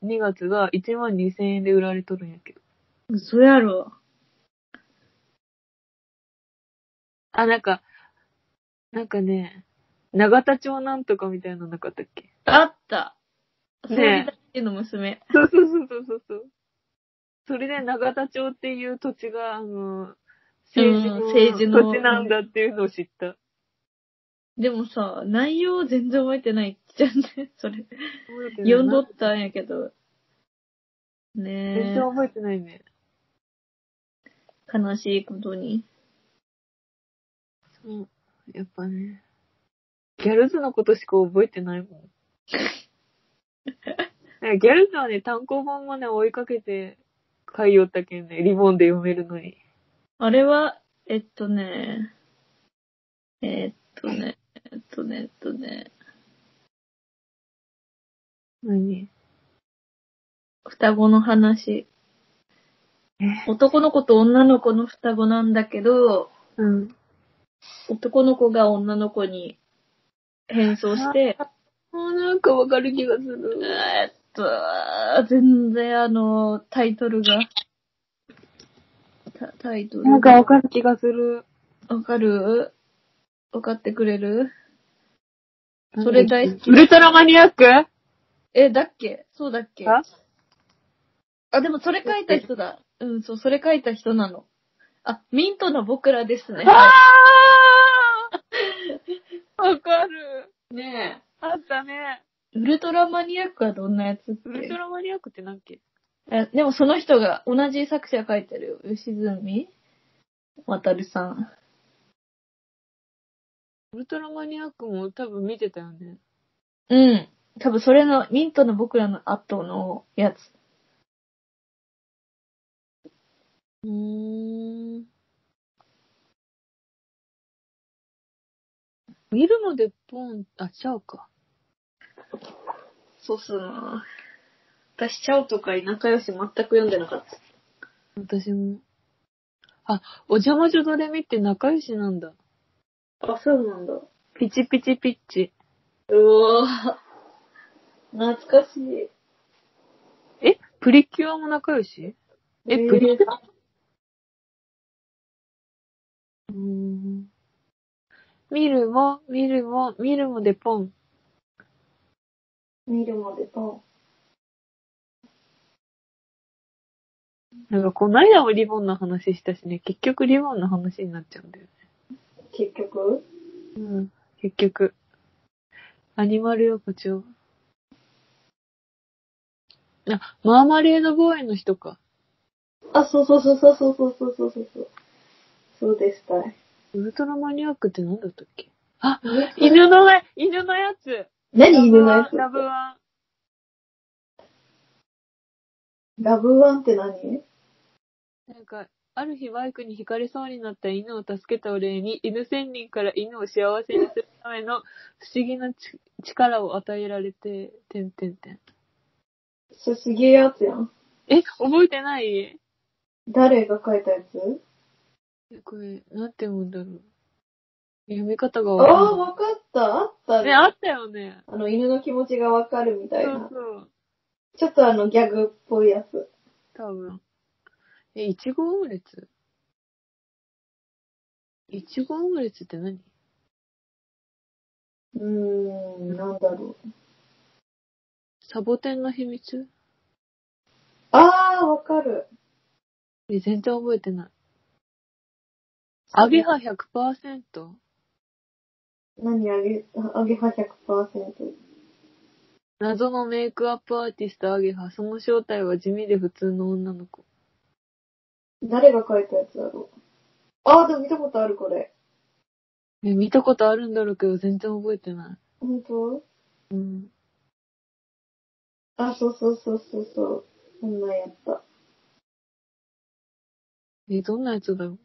12月が1万2000円で売られとるんやけど。嘘やろ。あ、なんか、なんかね、長田町なんとかみたいなのなかったっけあったねえ総理大臣の娘。そうそうそうそうそうそう。それで永田町っていう土地が、あの、政治の,、うん政治の土地なんだっていうのを知った。でもさ、内容全然覚えてないじゃんね、 それ。覚えてない読んどったんやけど。全ねえ然、覚えてないね。悲しいことに。そう。やっぱね。ギャルズのことしか覚えて ないもん。なんかギャルズはね、単行本もね、追いかけて買いよったけんね、リボンで読めるのに。あれは、えっとね、えっとね、えっとね、えっとね、何双子の話え。男の子と女の子の双子なんだけど、うん。男の子が女の子に変装して、もうなんかわかる気がするう。ーっと、全然あの、タイトルが、タタイトルが。なんかわかる気がする。わかるわかってくれるそれ大好きウルトラマニアックえ、だっけそうだっけああ、でもそれ書いた人だ。うん、そう、それ書いた人なの。あ、ミントの僕らです ね。あーわかる。ねあったね。ウルトラマニアックはどんなやつっウルけトラマニアックって何っけえでもその人が同じ作者書いてるよ。吉住渡さん。ウルトラマニアックも多分見てたよね。うん。多分それの、ミントの僕らの後のやつ。うーん。見るのでポン、あ、ちゃうか。そうっすな私、チャオとか田舎よし全く読んでなかった。私も。あ、お邪魔女ドレミって仲良しなんだ。あ、そうなんだ。ピチピチピッチ。うわぁ。懐かしい。えプリキュアも仲良しえプリキュアうーん。見るも、見るも、見るもでポン。見るまでと。なんかこの間もリボンの話したしね、結局リボンの話になっちゃうんだよね。結局うん。結局。アニマル横丁。あ、マーマレードボーイの人か。あ、そうそうそうそうそうそうそうそうそう。そうでした。ウルトラマニアックって何だったっけあ、犬のや、犬のやつ。何犬のやつラブワン。ラブワンって何なんか、ある日バイクにひかれそうになった犬を助けたお礼に、犬仙人から犬を幸せにするための不思議なち力を与えられて、てんてんてん。それすげえやつやん。え、覚えてない誰が書いたやつえこれ、なんて読むんだろう。読み方があわかんあ、なわかった。あったい。ね、あったよね。あの、犬の気持ちがわかるみたいそうな。そう。ちょっとあの、ギャグっぽいやつ。多分。え、いちごオムレツいちごオムレツって何うーん、なんだろう。サボテンの秘密ああ、わかる。え、全然覚えてない。アゲハ 100%? 何あげ、あげは100%。謎のメイクアップアーティストアゲハ。その正体は地味で普通の女の子。誰が書いたやつだろう。ああ、でも見たことある、これ。ね、見たことあるんだろうけど、全然覚えてなほんとい。うん。あ、そうそうそうそうそう。そんなんやった。え、どんなやつだろう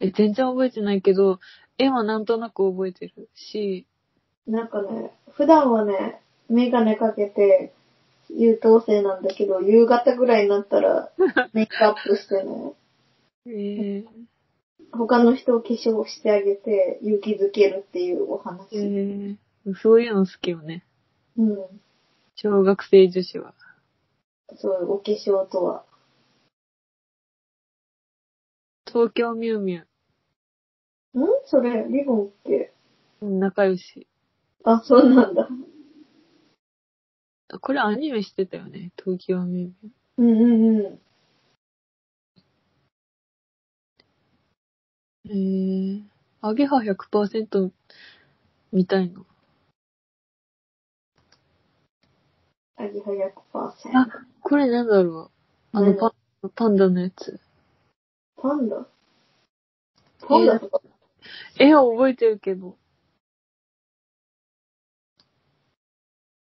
え、全然覚えてないけど、絵はなんとなく覚えてるし、なんかね、普段はね、メガネかけて、優等生なんだけど、夕方ぐらいになったら、メイクアップしてね、えー、他の人を化粧してあげて、勇気づけるっていうおえ話。ー、そういうの好きよね。うん。小学生女子は。そう、お化粧とは。東京ミュウミュんそれ、リボンって。ウうん、仲良し。あ、そうなんだ。あこれアニメしてたよね。東京ミュウミュウ。うんうんうん。えー、アゲハ100%みたいの。アギハ100%。あこれなんだろうあのパン、パンダのやつ。パンダパンダとか、絵は覚えてるけど。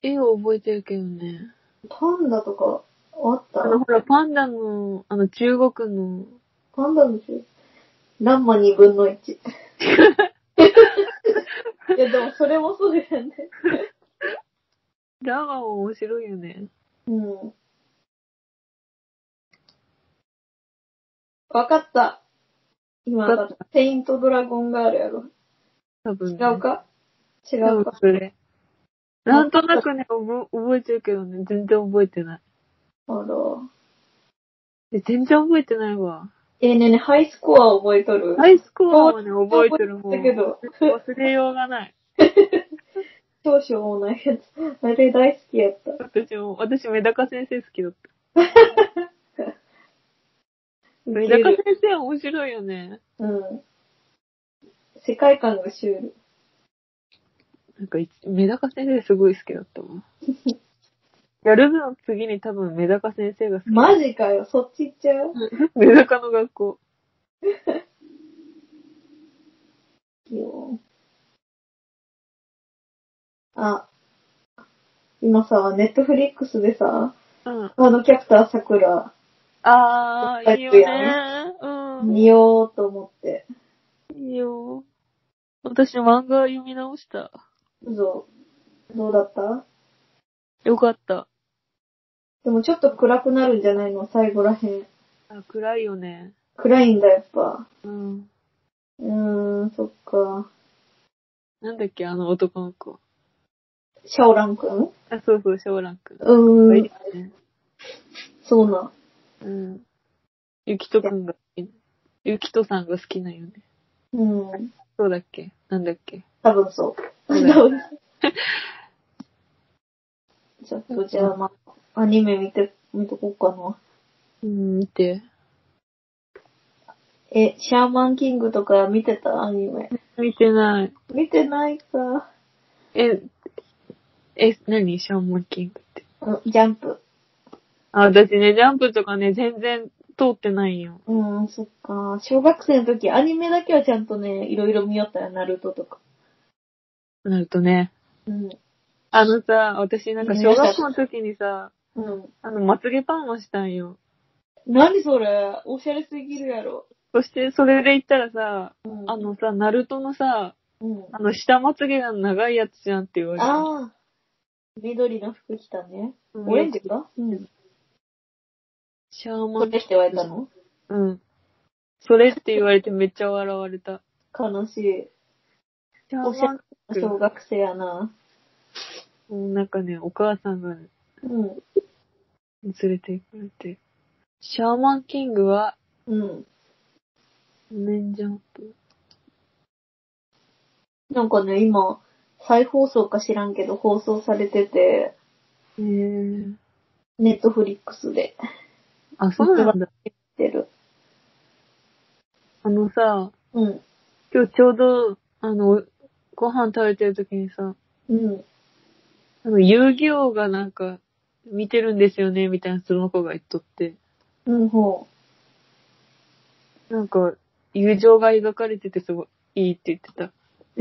絵を覚えてるけどね。パンダとかあったあの、ほら、パンダの、あの、中国の、パンダの種ランマ2分の1。い や、でもそれもそうですよね。ラーマン面白いよね。うん。わかった。今わかだっ、ペイントドラゴンガールやろ。多分、ね。違うか違多う分か。それ。なんとなくね、おぼ覚えてるけどね、全然覚えてない。あら。え全然覚えてないわ。えーねえねえ、ハイスコア覚えとるハイスコアはね、覚えてるもん。だけど、忘れようがない。少々もないやつ。あれ大好きやった。私も、私、メダカ先生好きだった。メダカ先生面白いよね。うん。世界観がシュール。なんかいち、メダカ先生すごい好きだったもん。やる分次に多分メダカ先生が好き。マジかよ、そっち行っちゃうメダカの学校。いいよ。あ、今さ、ネットフリックスでさ、うん。カードキャプターさくらあー、いいよね。うん。見ようと思って。いいよ。私漫画読み直した。嘘。どうだったよかった。でもちょっと暗くなるんじゃないの最後らへん。あ、暗いよね。暗いんだ、やっぱ。うん。うーん、そっか。なんだっけ、あの男の子。シャオランくんあ、そうそう、ショーラン君。うーいいんよ、ね。そうなん。うん。ゆきとくんが好きな。ゆきとさんが好きなんよね。うん。そうだっけなんだっけ多分そう。多そうだ分 ちょっとじゃあ、まあ、アニメ見て、見とこうかな。うん、見て。え、シャーマンキングとか見てたアニメ。見てない。見てないか。え、え、何シャーマンキングって。うんジャンプ。あ、私ね、ジャンプとかね、全然通ってないよ。うん、そっか。小学生の時、アニメだけはちゃんとね、いろいろ見よったよ、ナルトとか。なるとね。うん。あのさ、私なんか小学校の時にさ、うん。あの、まつげパンをしたんよ。何それおしゃれすぎるやろ。そして、それで言ったらさ、うん。あのさ、ナルトのさ、うん。あの、下まつげが長いやつじゃんって言われた。ああ。緑の服着たね。うんオレンジかうん。シャーマこンれして言われたのうん。それって言われてめっちゃ笑われた。悲しい。シャおしゃれな小学生やな。うんなんかね、お母さんが連うん。れて行かれて。シャーマンキングは、うん。年ジャンプ。なんかね、今、再放送か知らんけど放送されてて、えー。ネットフリックスであ、そうなんだ。出る。あのさ、うん。今日ちょうど、あの、ご飯食べてる時にさ、うん。あの、遊戯王がなんか、見てるんですよね、みたいなその子が言っとって。うん、ほなんか、友情が描かれててすごいいいって言ってた。う。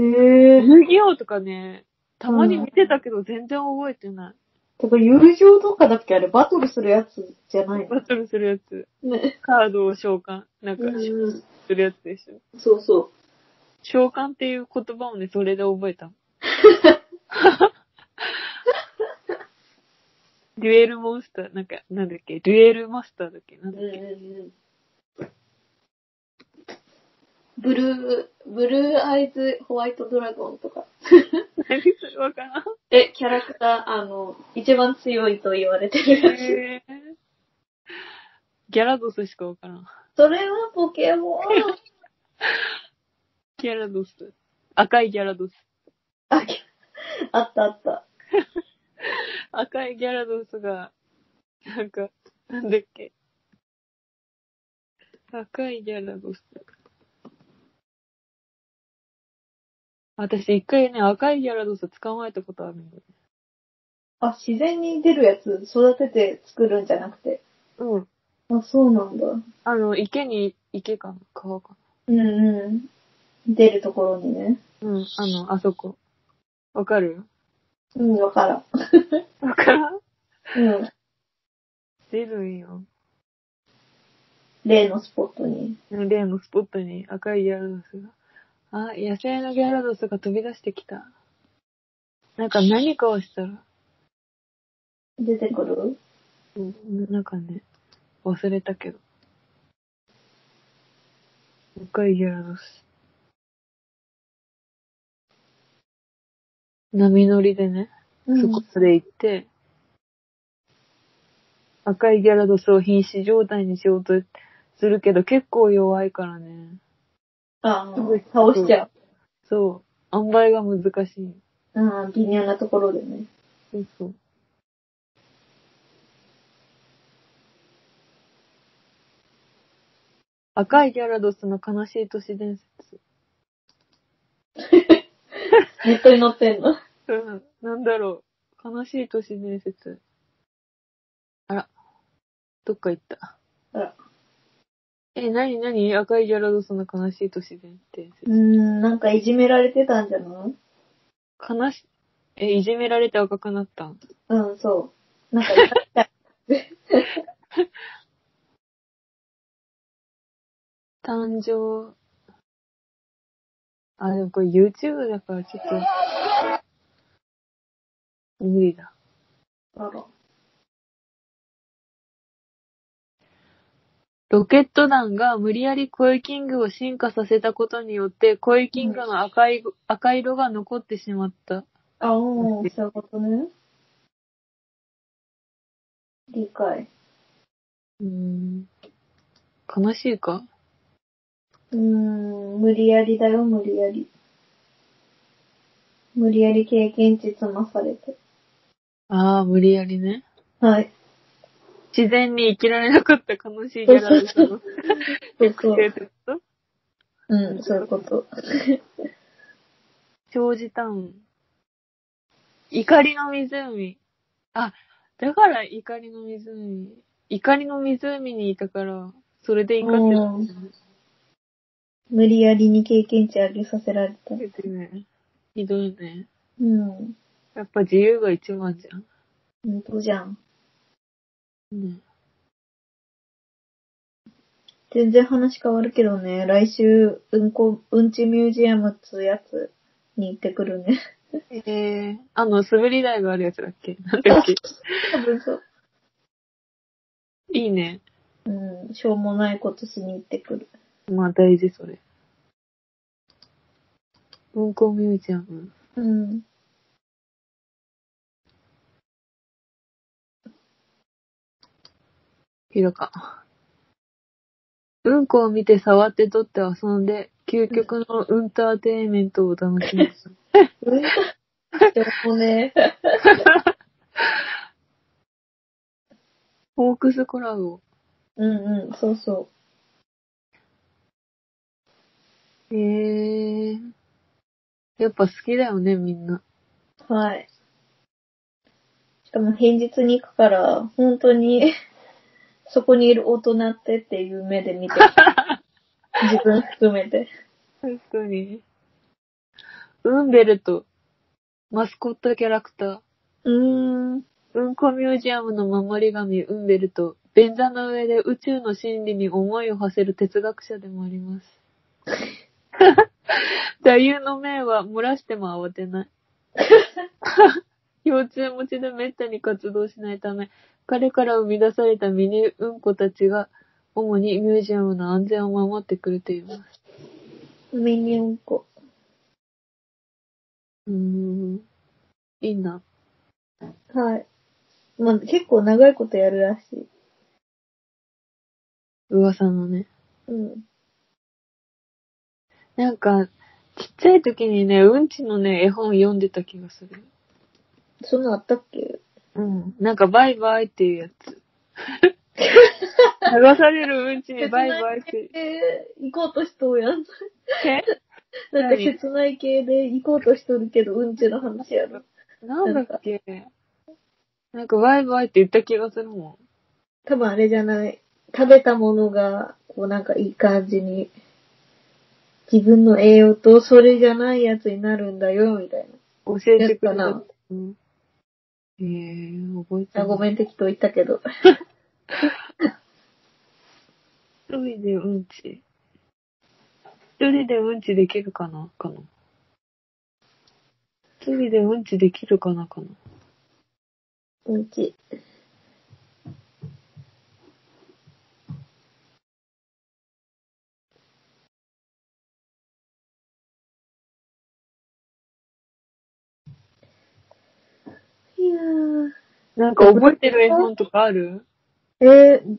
ええ遊戯王とかね、たまに見てたけど全然覚えてない。てか、友情とかだっけあれ、バトルするやつじゃないバトルするやつ。のね。カードを召喚。なんか、うん。するやつでしょ。そうそ召喚っていう言葉をね、それで覚え たの。デュエルモンスター、なんか、なんだっけ、デュエルマスターだっけ、なんうだんっうんけ。うん。ブルー、ブルーアイズホワイトドラゴンとか。何それわからん。え、キャラクター、あの、一番強いと言われてるやつ。へーギャラドスしかわからん。 それはポケモン。ギャラドス。赤いギャラドス。あ、きあったあった。赤いギャラドスが、なんか、なんだっけ。赤いギャラドス。私一回ね、赤いギャラドス捕まえたことあるんだよ。あ、自然に出るやつ育てて作るんじゃなくて。うん。あ、そうなんだ。あの、池に、池かな川かうんうん。出るところにね。なうん、あの、あそこ。わかるうん、わからん。わからんうん。出るんよ。例のスポットに。例のスポットに赤いギャラドスが。あ、野生のギャラドスが飛び出してきた。なんか何かをしたら、出てくるうんなんかね、忘れたけど。赤いギャラドス。波乗りでね、うそこまで行って、赤いギャラドスを瀕死状態にしようとするけど結構弱いからね。あ、倒しちゃそう。塩梅が難しい。う。うん、微妙なところでね。そうそう。赤いギャラドスの悲しい都市伝説。ネットに載ってんの。うん。なんだろう。悲しい都市伝説。あら。どっか行った。あら。え、なになに赤いギャラドスの悲しい都市伝説。うーん、なんかいじめられてたんじゃない悲し、え、いじめられて赤くなったんうん、そう。なんか、誕生。あ、でもこれ YouTube だからちょっと。無理だ。あらロケット弾が無理やりコイキングを進化させたことによって、コイキングの赤い、赤色が残ってしまった。 あ、おー、そういうことね。理解。うーん。悲しいかうーん、無理やりだよ、無理やり。無理やり経験値積まされて。ああ、無理やりね。はい。自然に生きられなかった悲しいギャラルさんの そうそう。生活とうん、そういうこと。長寿タウン。怒りの湖。あ、だから怒りの湖。怒りの湖にいたから、それで怒ってたんだね。無理やりに経験値上げさせられた。だってねひどいね。うん。やっぱ自由が一番じゃん。本当じゃん。ね、全然話変わるけどね、来週、うんこ、うんちミュージアムっつうやつに行ってくるね。えー、あの、滑り台があるやつだっけなんだっけ多分そう。いいね。うん、しょうもないことしに行ってくる。まあ大事、それ。文庫ミュージアム。うん。ひろか。うんこを見て触って取って遊んで、究極のウンターテインメントを楽しむ。うん。しょうもね。フォークスコラボ。うんうん、そうそへえー。やっぱ好きだよね、みんな。う。はい。しかも平日に行くから、本当に、そこにいる大人ってっていう目で見てる。自分含めて。確かに。ウンベルト。マスコットキャラクター。 うーん。うんこミュージアムの守り神、ウンベルト。便座の上で宇宙の真理に思いを馳せる哲学者でもあります。座右の銘は漏らしても慌てない。腰痛持ちで滅多に活動しないため、彼から生み出されたミニうんこたちが、主にミュージアムの安全を守ってくれています。ミニうんこ。うーん。いいな。はい。まあ、結構長いことやるらしい。噂のね。うん。なんか、ちっちゃい時にね、うんちのね、絵本読んでた気がする。そんなのあったっけうん。なんか、バイバイっていうや つ。流されるうんちにバイバイって。えー、行こうとしとう やん。えなんか切ない系で行こうとしとるけど、うんちの話やろ。なんだっけなんか、バイバイって言った気がするも多分あれじゃない。食べたものが、こうなんかいい感じに、自分の栄養とそれじゃないやつになるんだよ、みたいん。教えてくやれったたな。うんえー、覚えてな。あごめん、適当言ったけど。一人でうんち。一人でうんちできるかなかな。一人でうんちできるかなかな。うんち。いやー。なんか覚えてる絵本とかあるえー、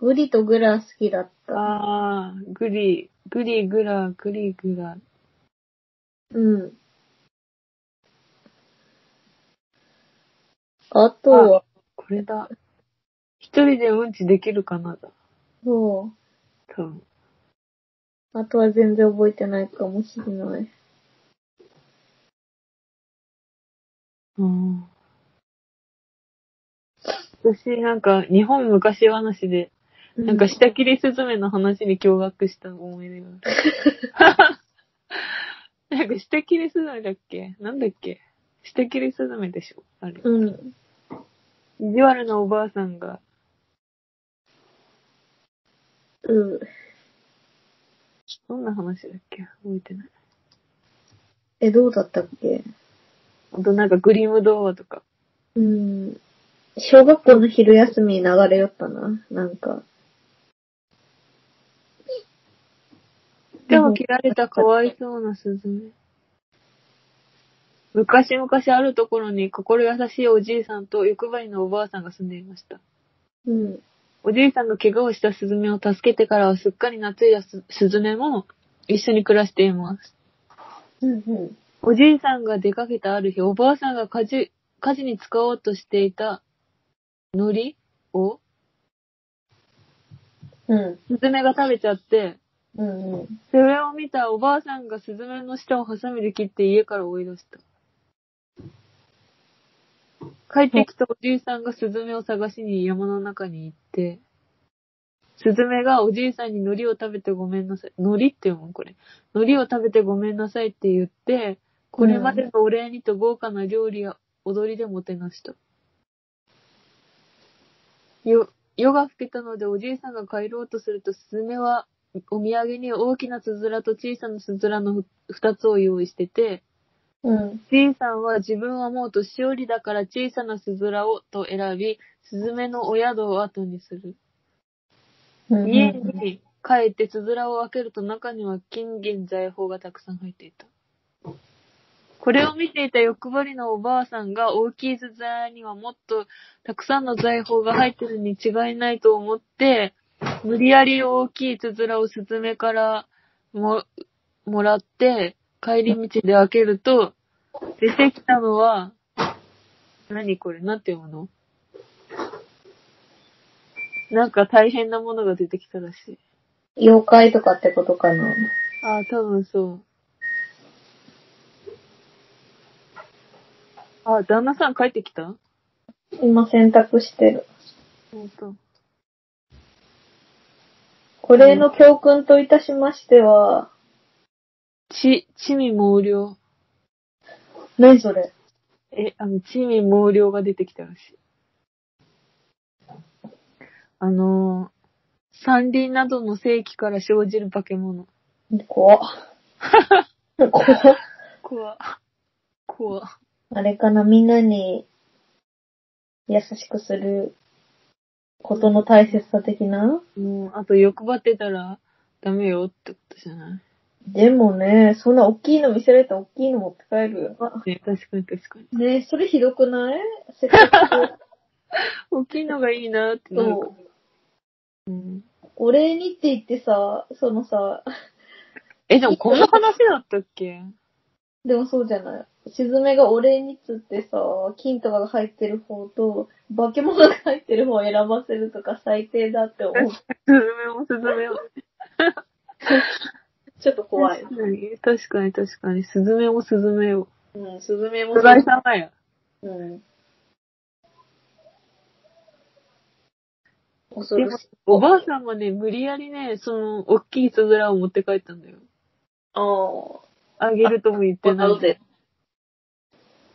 グリとグラ好きだった。ああ、グリ、グリグラ、グリグラ。うん。あとは、これだ。一人でうんちできるかなだ。そ多分。う。あとは全然覚えてないかもしれない。うん。私、なんか、日本昔話で、なんか、下切りスズメの話に驚愕した思い出がある。なんか、下切りスズメだっけなんだっけ下切りスズメでしょあれ。うん。意地悪なおばあさんが、うん。どんな話だっけ覚えてない。え、どうだったっけあと、なんか、グリム童話とか。うん。小学校の昼休みに流れよったな。なんか。でも切られたかわいそうなスズメ。昔々あるところに心優しいおじいさんと欲張りのおばあさんが住んでいました。うん。おじいさんが怪我をしたスズメを助けてからはすっかり懐いたススズメも一緒に暮らしています。うんうん。おじいさんが出かけたある日、おばあさんが家事家事に使おうとしていた海苔をうん。スズメが食べちゃって、うんうん。それを見たおばあさんがスズメの舌をハサミで切って家から追い出した。帰ってきたおじいさんがスズメを探しに山の中に行って、スズメがおじいさんに海苔を食べてごめんなさい。海苔って読むこれ。海苔を食べてごめんなさいって言って、これまでのお礼にと豪華な料理や踊りでもてなした。よ、夜が更けたのでおじいさんが帰ろうとすると、スズメはお土産に大きなつづらと小さなつづらのふ二つを用意してて、うん。じいさんは自分はもう年寄りだから小さなつづらをと選び、スズメのお宿を後にする。うん。家に帰ってつづらを開けると中には金銀財宝がたくさん入っていた。これを見ていた欲張りのおばあさんが大きいつづらにはもっとたくさんの財宝が入ってるに違いないと思って、無理やり大きいつづらをスズメからももらって、帰り道で開けると、出てきたのは、何これなんて読むのなんか大変なものが出てきたらしい。妖怪とかってことかな。ああ、多分そう。あ、旦那さん帰ってきた今洗濯してる。本当。これの教訓といたしましては、ち、ちみ毛量。何それえ、あの、ちみ毛量が出てきたらしい。あのー、山林などの世紀から生じる化け物。 怖っ。怖っ。怖。怖。あれかな、みんなに優しくすることの大切さ的なもう、あと欲張ってたらダメよってことじゃないでもね、そんな大きいの見せられたら大きいの持って帰るよな。ね、確かに確かに。ねえ、それひどくないせっかく。大きいのがいいな ってなるかそら。うん。う。お礼にって言ってさ、そのさ、え、でもこんな話だったっけでもそうじゃない。スズメがお礼にっつってさ、金とかが入ってる方と、化け物が入ってる方を選ばせるとか最低だって思う。スズメもスズメも。ちょっと怖い。確かに、確かに、確かに。スズメもスズメを。うん、スズメもお疲れ様や。うん。恐でろもしい。おばあさんはね、無理やりね、その、大きいスズラを持って帰ったんだよ。ああ。あげるとも言ってな。ないぜ。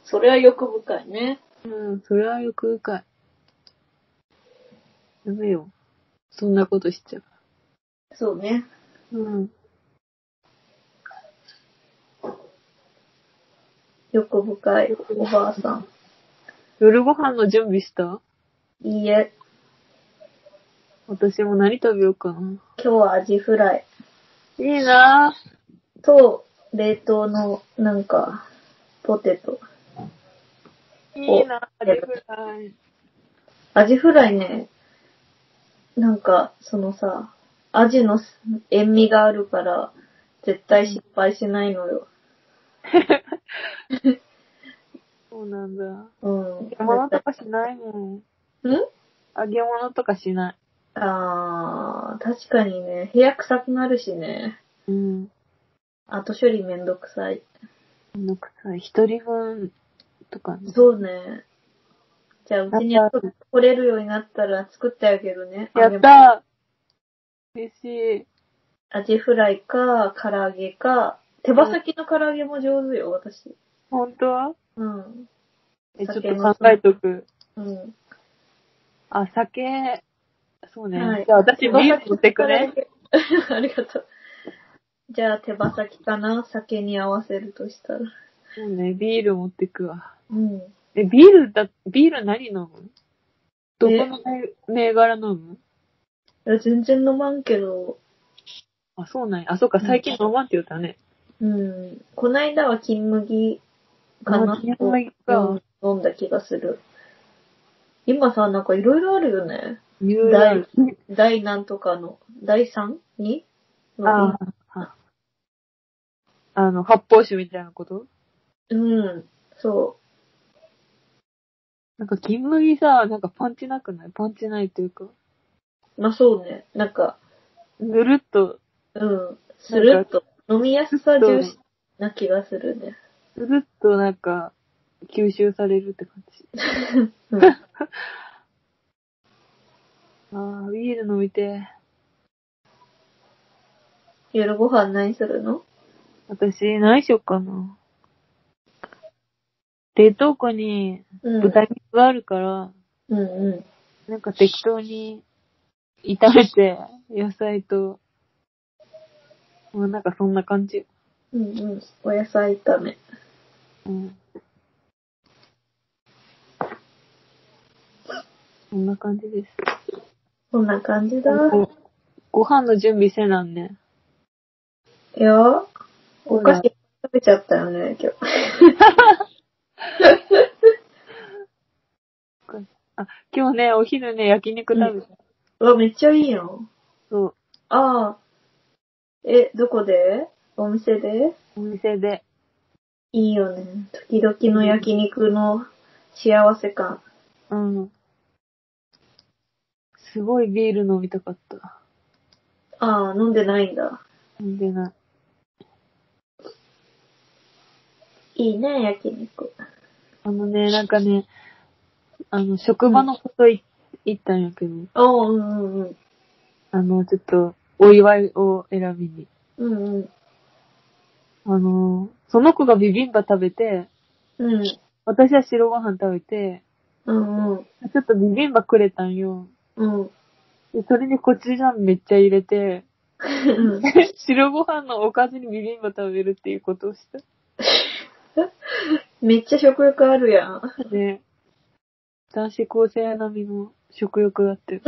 それは欲深いね。うん、それはよく深い。ダメよ。そんなことしちゃそうね。う。うん。欲深いおばあさ夜ご飯の準備したん。いいえ、私も何食べようかな。今日はアジフライいいなぁ。と、冷凍の、なんか、ポテト。いいなぁ、アジフライ。アジフライね、なんか、そのさ、アジの塩味があるから、絶対失敗しないのよ。そうなんだ。うん。揚げ物とかしないもん。ん揚げ物とかしなあー、確かにね、部屋臭くなるしね。い。うん。後処理めんどくさい。めんどくさい。一人分とかね。そうね。じゃあ、うちにやっ来れるようになったら作ってあげるね。や揚げっ物たー嬉しい。アジフライか、唐揚げか、手羽先の唐揚げも上手よ、私。本当はうん。え、ちょっ酒のと考えとく。うん。あ、酒、そうね。はいじゃあ私ビ手羽ール先持ってくね。の唐揚げ ありがとう。じゃあ、手羽先かな酒に合わせるとしたら。そうね、ビール持ってくわ。うん。え、ビールだ、ビール何飲むどこの銘柄飲むいや、全然飲まんけど、あ、そうなんや。あ、そうか、最近飲まんって言ったね。うん。こないだは金麦かなあ金麦かうん飲んだ気がする。今さ、なんかいろいろあるよね。ニューラ第ル。、第なんとかの、第 3? にああ、あの、発泡酒みたいなことうん。そなんか、金麦さ、なんかパンチなくないパンチないというか、う。まあそうね。なんか、ぬるっと、うん。スルッと。飲みやすさ重視な気がするね。ぬるっとなんか、吸収されるって感じ。うん。 ああ、ビール飲みてえ。夜ご飯何するの私、何しよっかな。冷凍庫にうん。豚肉があるから、うんうなんか適当に炒めて、野菜と、もうなんかそんな感じ。ん。うんうん。お野菜炒め。うん。そんな感じです。こんな感じだ。ごご飯の準備せなんね。いや、お菓子食べちゃったよね、今日。あ、今日ね、お昼ね、焼肉食べた。うわ、めっちゃいいやん。そう、ああ。え、どこでお店でお店で。いいよね。時々の焼肉の幸せ感。うん。すごいビール飲みたかった。ああ、飲んでないんだ。飲んでない。いいね、焼肉。あのね、なんかね、あの、職場のことい行ったんやけど、ああ、うんうんうん。あの、ちょっと、お祝いを選びに。うんうん。あの、その子がビビンバ食べて、うん。私は白ご飯食べて、うんうん。ちょっとビビンバくれたんよ。うん。でそれにコチュジャンめっちゃ入れて、 うん白ご飯のおかずにビビンバ食べるっていうことをした。めっちゃ食欲あるやん。ね男子高生並みの食欲だ って。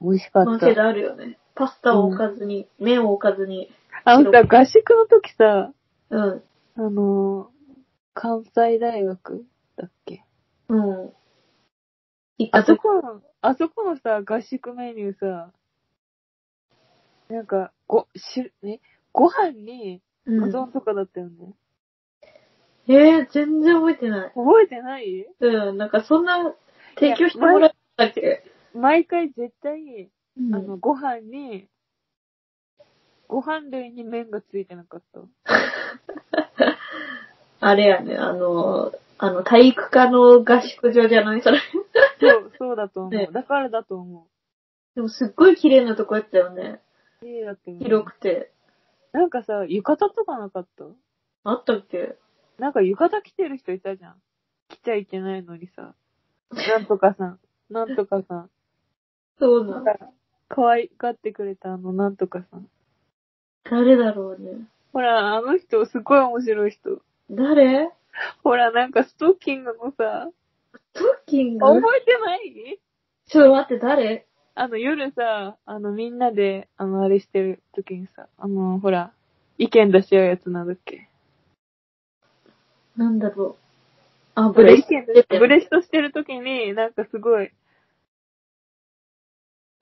美味しかまっあ、けどた。あるよね。パスタを置かずに、麺を置かずに。あんた合宿の時さ、うん。あのー、関西大学だっけうん。一あそ発。この、あそこのさ、合宿メニューさ、なんか、ご、し、ね、ご飯に、う保ん、存とかだったよね。えー、全然覚えてない。覚えてないうん、なんかそんな、提供してもらったっけ毎回絶対、うんあの、ご飯に、ご飯類に麺がついてなか った。あれやね、あの、あの、体育科の合宿場じゃないそれ。 そう、そうだと思う。ねだからだと思でもすっごい綺麗なとこやったよね。う。いいだって思う。広くて。なんかさ、浴衣とかなかったあったっけなんか浴衣着てる人いたじゃん。着ちゃいけないのに さ。なんとかさん。なんとかさん。そうなの。可愛がってくれたあのなんとかさん。誰だろうね。ほら、あの人、すごい面白い人。誰ほら、なんかストッキングのさ、ストッキング覚えてないちょっと待って、誰あの、夜さ、あの、みんなで、あの、あれしてる時にさ、あの、ほら、意見出し合うやつなんだっけなんだろう。あ、ブブレスレスト出てブレる。ストしてる時に、なんかすごい、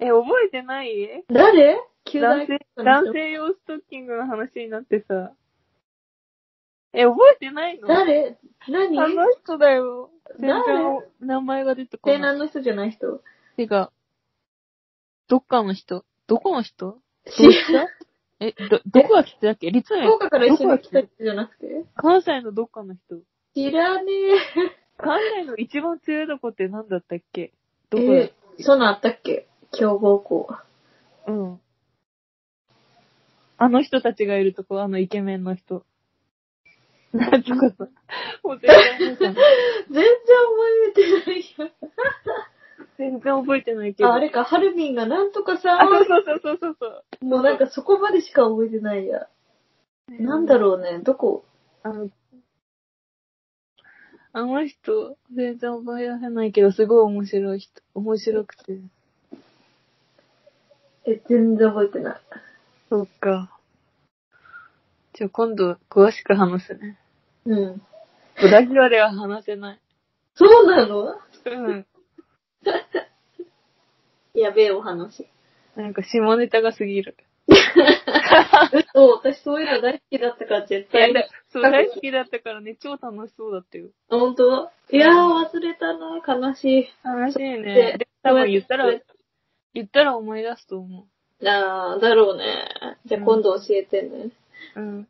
え、覚えてない誰旧男大性、生男性用ストッキングの話になってさ、え、覚えてないのあ誰何の人だよ。全然誰名前が出てこ西ない。南の人じゃない人てか、どっかの人、どこの人知らん。え、ど、どこが来てたっけ立福命岡から一緒に来た人じゃなくて関西のどっかの人。知らね関西の一番強いとこって何だったっけえ。どこだっえ、そんなんあったっけ強豪校。けうん。あの人たちがいるとこ、あのイケメンの人。なんとかさ。もう全然覚えてない 全然覚えてないよ。全然覚えてないけど。あ、あれか、ハルミンがなんとかさあ、そうそうそうそうそうもうなんかそこまでしか覚えてないや。そう。なんだろうね、どこあの、あの人、全然覚えられないけど、すごい面白い人、面白くて。え、全然覚えてない。そっか。じゃあ今度、詳しく話すね。うん。ラジオでは話せない。そうなのうん。やべえお 話。なんか下ネタが過ぎる。そう、私そういうの大好きだったから絶いや対。だそう、大好きだったからね、超楽しそうだったよ。本当いやー、忘れたな、悲し楽しいねで。で、多分言ったらそうやっ、言ったら思い出すと思い。なあだろうね。じゃあ今度教えてね。う。うん。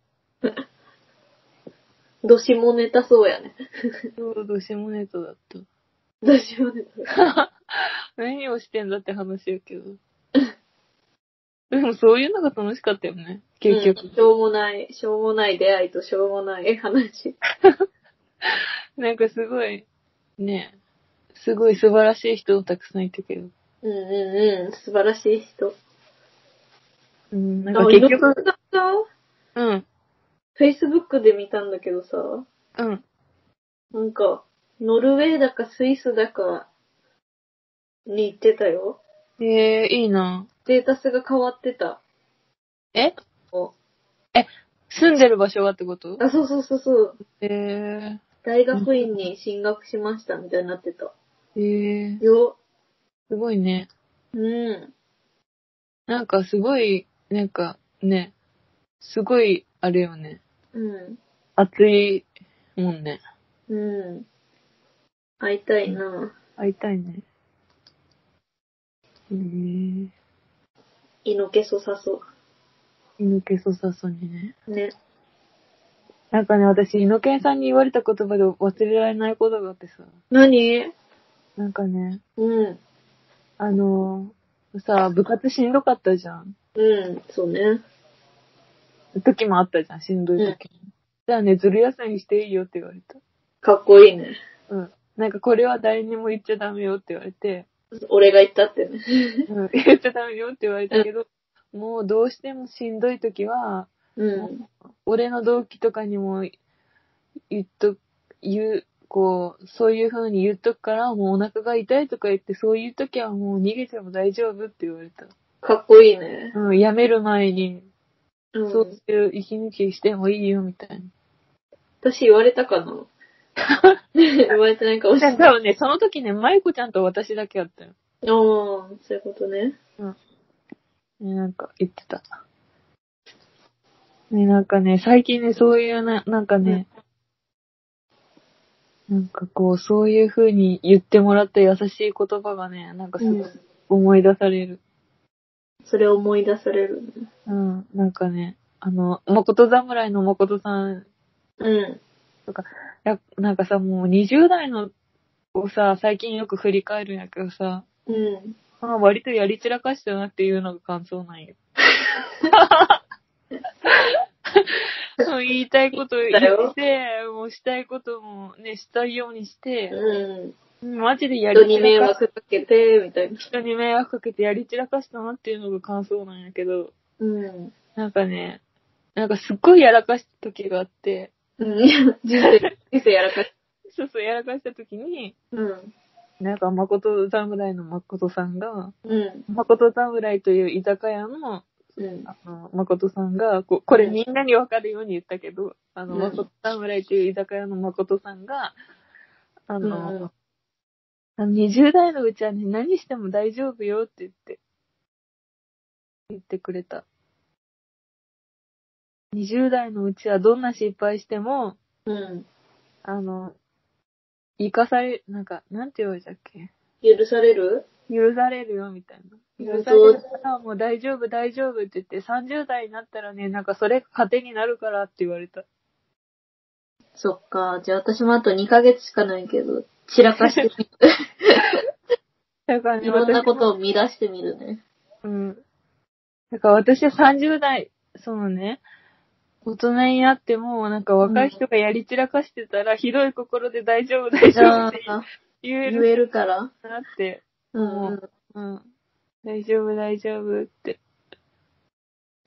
どしもネタそう やね。そう、ど下ネタだった。どしもネタ。何をしてんだって話やけど。でもそういうのが楽しかったよね、結局。うんしょうもない、しょうもない出会いとしょうもない話。なんかすごい、ねすごい素晴らしい人もたくさんいたけど。うんうんうん、素晴らしい人。うん、なんあか、結井上局、さんさ、うん、 Facebook で見たんだけどさ、うん。なんか、ノルウェーだかスイスだかに行ってたよ。えー、いいなデータスが変わってた。えお住んでる場所がってことあ、そうそうそうそう。えー、大学院に進学しましたみたいになってた。えー、よ。すごいね。うん。なんかすごい、なんかね、すごい、あれよね。うん。熱いもんね。うん。会いたいな。会いたいね。えー。いのけそさそ胃のけそさそうにね。う。ね。なんかね、私、胃のけんさんに言われた言葉で忘れられないことがあってさ。何なんかね、うん。あのーさ、部活しんどかったじゃん。うん。そうね。時もあったじゃん、しんどい時も。うんじゃあね、ずる休みしていいよって言われた。かっこいいね。うん。なんかこれは誰にも言っちゃダメよって言われ て、俺が言ったってね。うん、言っちゃダメよって言われたけど、もうどうしてもしんどい時は、うん。俺の同期とかにも言っと、言う、こう、そういう風に言っとくから、もうお腹が痛いとか言って、そういう時はもう逃げても大丈夫って言われた。かっこいいね。うん、辞める前に、うん。そういう息抜きしてもいいよみたい私言われたか な言われてないかもし な。れ多ない。あ分ね、その時ね、舞子ちゃんと私だけあったよ。あ、そういうことね。ね、なんか言ってた。ね、なんかね、最近ね、そういうな、なんかね、なんかこう、そういう風に言ってもらった優しい言葉がね、なんかすごい思い出される。それ思い出されるね。うん、なんかね、あの、誠侍の誠さんうん。や、なんかさ、もう20代のをさ、最近よく振り返るんやけどさ、うん。まあ割とやり散らかしたなっていうのが感想なんよ。そう言いたいこと言だよって、もうしたいこともね、したいようにして、うん。マジでやり人に散迷らかし惑かけて、みたいな。人に迷惑かけてやり散らかしたなっていうのが感想なんやけど、うん。なんかね、なんかすっごいやらかした時があって、うん。人生、人生やらかしそうそうやらかした時に、うん。なんか誠侍の誠さんが、うん。誠侍という居酒屋のうん。あの、誠さんが、ここれうんみんなにわかるように言ったけど、あの、うん誠侍という居酒屋の誠さんが、あの、うんあの20代のうちはね、何しても大丈夫よって言って、言ってくれた。20代のうちはどんな失敗しても、うん。あの、生かされ、なんか、なんて言われたっけ許される許されるよ、みたいな。許本当されるから、もう大丈夫、大丈夫って言って、30代になったらね、なんかそれが糧になるからって言われた。そっか。じゃあ私もあと2ヶ月しかないけど、散らかしてみる。だからいね、ろんなこ私もとを見出してみるね。うん。だから私は30代、そのね、大人になっても、なんか若い人がやり散らかしてたら、ひどい心で大丈夫、大じゃ丈夫あって、言え言るえるから。なって、うんうん。うん。大丈夫、大丈夫って、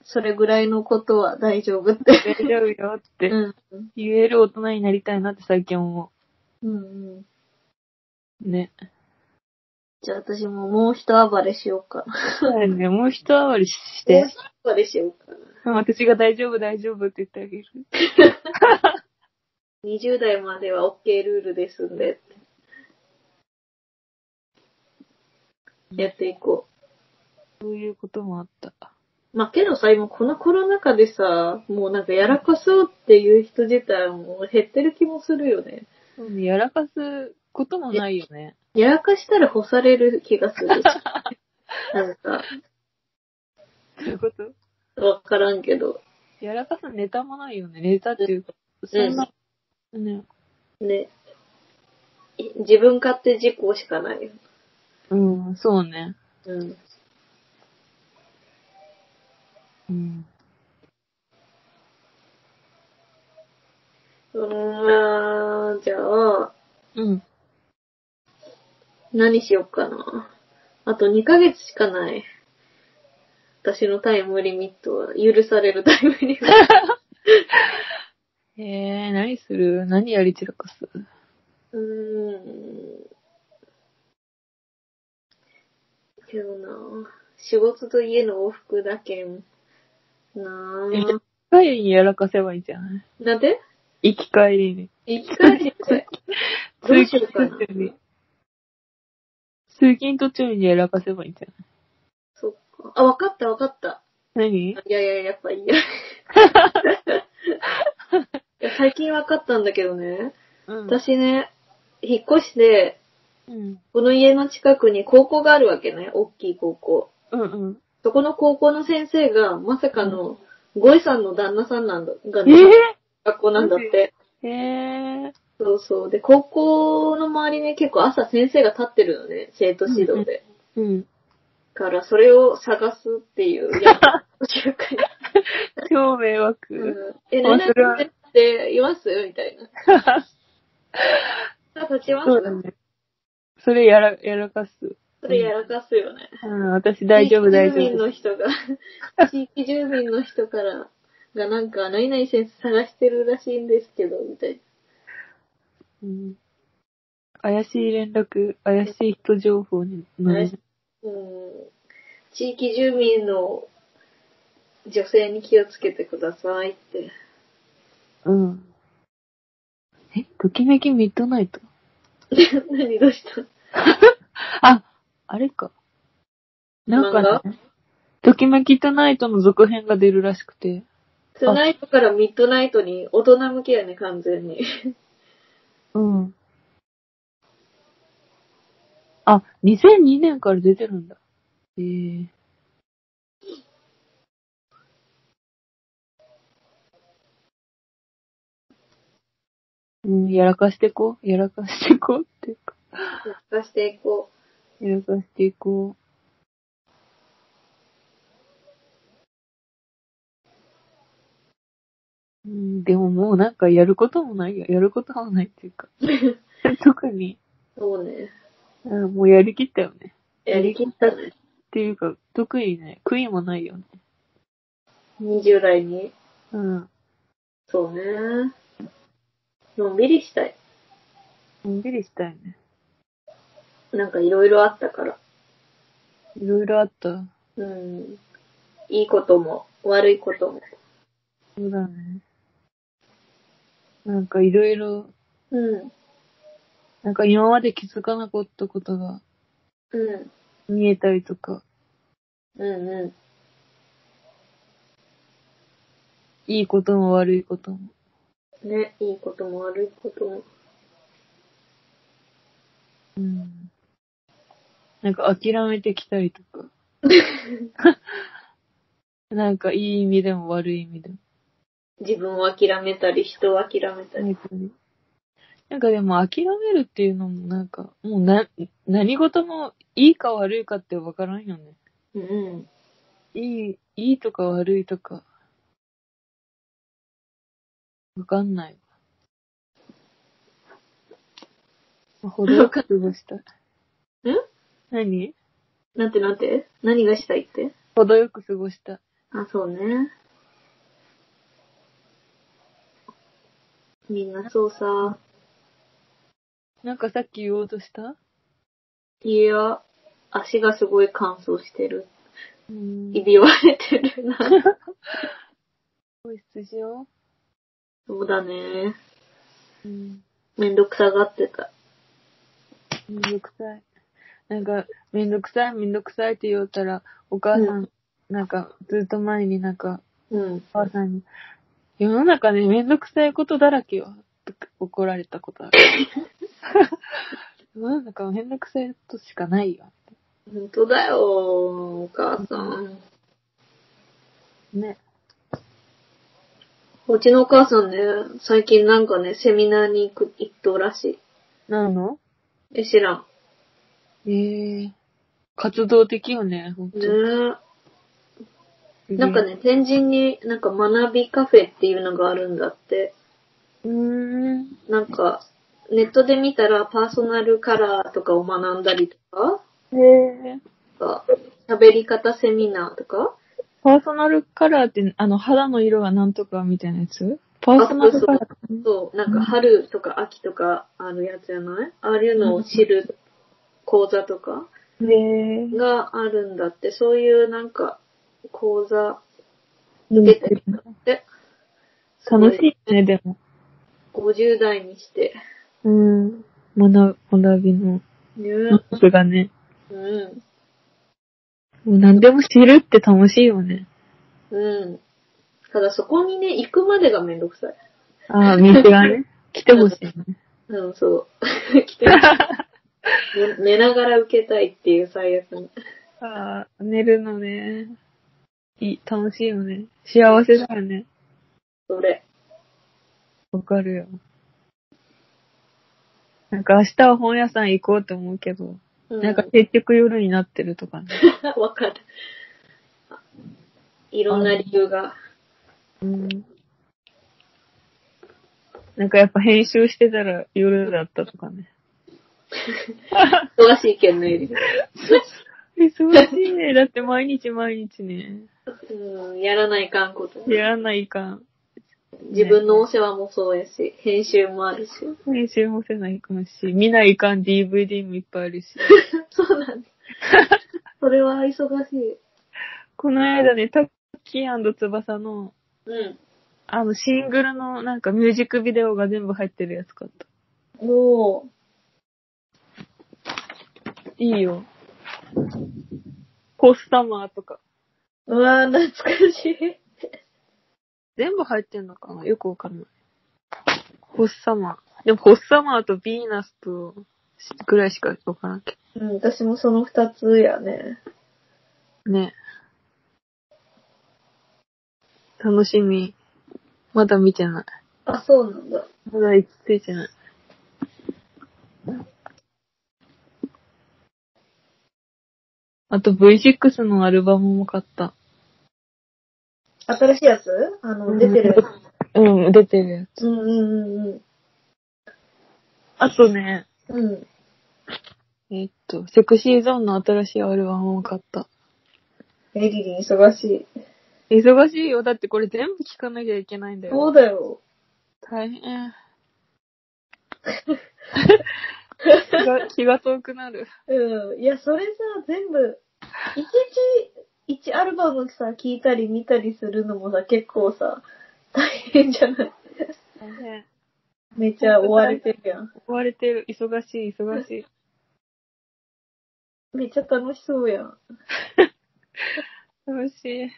それぐらいのことは大丈夫って。大 丈夫よってうん。言える大人になりたいなって最近思うんうん。う。ね。 じゃあ私ももう一暴れしようか。そうだよね。もう一回りしもうて、一暴れしようか。うん私が大丈夫、大丈夫って言ってあげる。 20代までは OK ルールですんで。やっていこそういうこともあった。う。まあ、けどさ、今このコロナ禍でさ、もうなんかやらかそうっていう人自体もう減ってる気もするよね。そうねやらかすこともないよね。やらかしたら干される気がするし。なんか、そういうことわからんけど。やらかすネタもないよね。ネタっていうか、そんな、ね。ね。い自分勝手事故しかないよ。うん、そうね。うん。うん。うーん、じゃあ、うん。何しよっかな。あと2ヶ月しかない。私のタイムリミットは許されるタイムリミット。えー、何する何やり散らかすうーん。けどな仕事と家の往復だけん。なえぁ。帰りにやらかせばいいじゃないなんで行き帰りに。生き返りでどうしようかな通勤途中に。通勤途中にやらかせばいいじゃそっか。あ、わかったわかった。ない何いやいや、やっぱい いや。いや最近わかったんだけどね。うん私ね、引っ越して、うん。この家の近くに高校があるわけね。大きい高校。うんうん。そこの高校の先生が、まさかの、ゴイさんの旦那さんなんだ、がえね、学校なんだって。ー、えー。そうそう。で、高校の周りね、結構朝先生が立ってるのね、生徒指導で。うん。から、それを探すっていう、いや、中華に超迷惑。うんえ、連面絡白いっていますみたいな。さあ、立ちま すそうだね。それやら、やらかす。それやらかすよね。うん、私大丈夫大丈地域住民夫。の 人が、地域住民の人から、がなんか、何々先生探してるらしいんですけど、みたいうん。怪しい連絡、怪しい人情報に。な。うん、地域住民の女性に気をつけてくださいって。 うん。え、ときめきミッドナイト何どうしたあ、あれか。なんかね、ときめきトゥナイトの続編が出るらしくて。トゥナイトからミッドナイトに大人向けやね、完全に。うん。あ、2002年から出てるんだ。ええうん、やらかしてこう。やらかしてこうっていうか。出していこやらかしていこう。うん、でももうなんかやることもないよ。やることもないっていうか。 特に、う。そうね。うん、もうやりきったよね。やりきったね。っていうか、特にね、悔いもないよね。 20代に。うん。そうね。のんびりしたい。のんびりしたいね。なんかいろいろあったから。いろいろあった。うん。いいことも、悪いことも。そうだね。なんかいろいろ、うん。なんか今まで気づかなかったことがうん。見えたりとか、うんういいことも悪いことも。ん。ね、いいことも悪いことも。うん。なんか諦めてきたりとか。なんかいい意味でも悪い意味でも。自分を諦めたり、人を諦めたり。なんかでも諦めるっていうのもなんか、もうな、何事もいいか悪いかってわからんよね。うん。いい、いいとか悪いとか。わかんないわ。ほどよく過ごしたい。ん何なんてなんて何がしたいってほどよく過ごしたい。あ、そうね。みんなそうさ。なんかさっき言おうとしたいや、足がすごい乾燥してる。うんひび割れてるな。保湿しよそうだね。う。うん。めんどくさがってた。めんどくさい。なんか、めんどくさい、めんどくさいって言おったら、お母さん、なんか、ずっと前になんか、うん。お母さんに、世の中ね、めんどくさいことだらけよ、とか怒られたことあ る。世の中はめんどくさいことしかないよ。本当だよ、お母さん。ね。うちのお母さんね、最近なんかね、セミナーに行く、行っとうらしなのい。え、知らん。ええ活動的よね、ほんとねえ。なんか。ね、天神になんか学びカフェっていうのがあるんだって。うーん。なんか、ネットで見たらパーソナルカラーとかを学んだりとか、へえなんか喋り方セミナーとか、パーソナルカラーって、あの、肌の色がなんとかみたいなやつパーソナルカラーってねそう、なんか春とか秋とかあるやつじゃないああいうのを知る講座とかへえがあるんだって、そういうなんか講座で受けてるんだって。楽しいね、でも。 50代にして。うん。学ぶ、学びの、ね僕がね、うん。もう何でも知るって楽しいよね。うん。ただそこにね、行くまでがめんどくさい。ああ、道がね、来てほしいね。うん、そう。 来てる寝寝ながら受けたいっていう最悪の。ああ、寝るのね。いい、楽しいよね。幸せだよね。それ。わかるよ。なんか明日は本屋さん行こうと思うけど、うなんか結局夜になってるとかね。 わかる。いろんな理由が。うん。なんかやっぱ編集してたら夜だったとかね。忙しいけんのより。忙しいね。だって毎日毎日ね。うん、やらないかんことね。やらないかん。自分のお世話もそうやし、編集もあるし。編集もせないかんし、見ないかん DVD もいっぱいあるし。そうなん です。それは忙しい。この間ね、タッキー翼の、うん。あの、シングルのなんかミュージックビデオが全部入ってるやつ買った。もいいよ。ポスタマーとか。う、うわぁ、懐かしい。全部入ってんのかなよくわかんない。ホッサマー。でも、ホッサマーとビーナスと、ぐらいしかわからんけうん、私もその二つやね。ど。ね。楽しみ。まだ見てない。あ、そうなんだ。まだ行き着いてない。あと V6 のアルバムも買った。新しいやつあの、出てるやうん、出てるやつ。うんうんうんうん。あとね、うん。えっと、セクシーゾーンの新しいアルバムも買った。エリリン忙しい。忙しいよ。だってこれ全部聞かなきゃいけないんだよ。そうだよ。大 変。気が、気が遠くなる。うん。いや、それさ、全部、一日、一アルバムさ、聞いたり見たりするのもさ、結構さ、大変じゃない大変。めっちゃ追われてるやん。追われてる。忙しい、忙 しい。めっちゃ楽しそうやん。楽しい。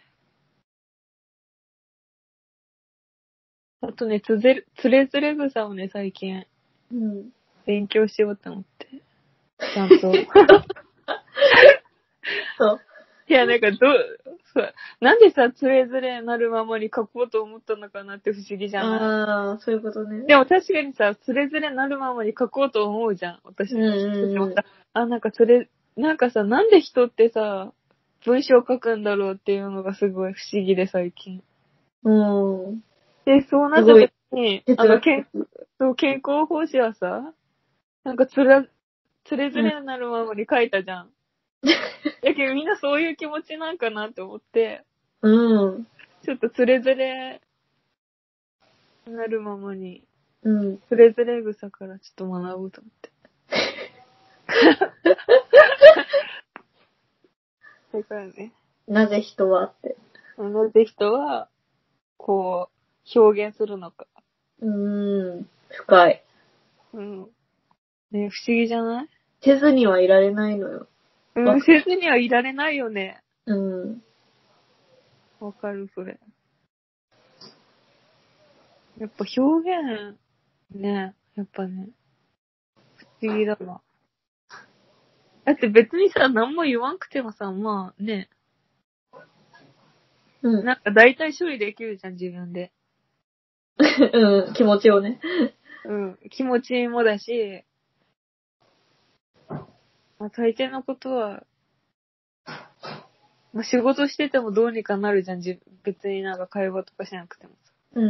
あとね、つぜる、つれづれ草をね、最近、うん。 勉強しようと思って。ちゃんと。そう。いや、なんかどう、そう、なんでさ、つれづれなるままに書こうと思ったのかなって不思議じゃないああ、そういうことね。でも確かにさ、つれづれなるままに書こうと思うじゃん、私。うんうんうん私もさあ、なんかそれ、なんかさ、なんで人ってさ、文章書くんだろうっていうのがすごい不思議で最近。うん。で、そうなった時に、あの、健そう健康法師はさ、なんかつら、つれづれなるままに書いたじゃん。やけどみんなそういう気持ちなんかなって思って、うん。ちょっとつれづれなるままに、うん。つれづれ草からちょっと学ぼうと思って。だからね、なぜ人はって。なぜ人は、こう、表現するのか。うん。深い。うん。ね不思議じゃないせずにはいられないのよ。うん、せずにはいられないよね。うん。わかる、それ。やっぱ表現、ね、やっぱね、不思議だわ。だって別にさ、何も言わんくてもさ、まあね、うん。なんか大体処理できるじゃん、自分で。うん。気持ちをね。うん、気持ちもだし、まあ大抵のことは、まあ仕事しててもどうにかなるじゃん、自別になんか会話とかしなくてもさ。う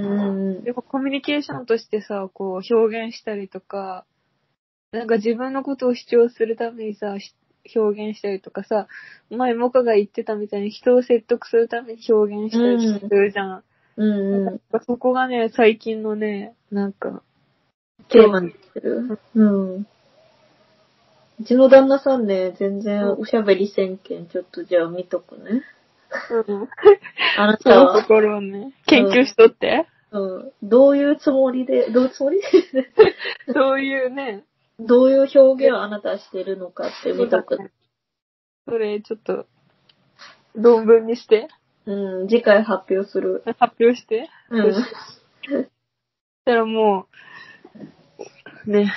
ん。やっぱコミュニケーションとしてさ、こう表現したりとか、なんか自分のことを主張するためにさ、し表現したりとかさ、前モカが言ってたみたいに人を説得するために表現したりするじゃん。うんなうんん。かそこがね、最近のね、なんか、テーマにしてる。うん。うちの旦那さんね、全然おしゃべりせんけん、ちょっとじゃあ見とくね。うん、 あなそたのとは、ころをね、研究しとって。うん、どういうつもりで、どういうつもり そういうね、どういう表現をあなたはしてるのかって見とく。それちょっと、論文にして、うん、次回発表する。発表して。うそうんし。たらもう、ね、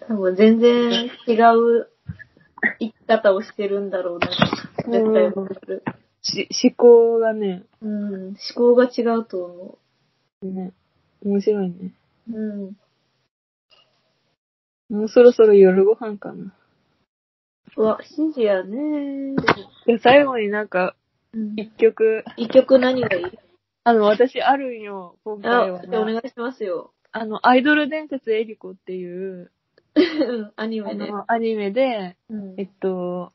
多分全然違う生き方をしてるんだろうな。絶対わかる。し思考がね、うん、思考が違うと思ね、面白いね。う。うん。もうそろそろ夜ご飯かな。うわ、指示やね。いや、最後になんか、うん一曲、一曲何がいいあの、私あるんよ、今あ、回はじゃあお願な。いしますよ。 あの、アイドル伝説エリコっていう、うんアニあメね。の、アニメで、うんえっと、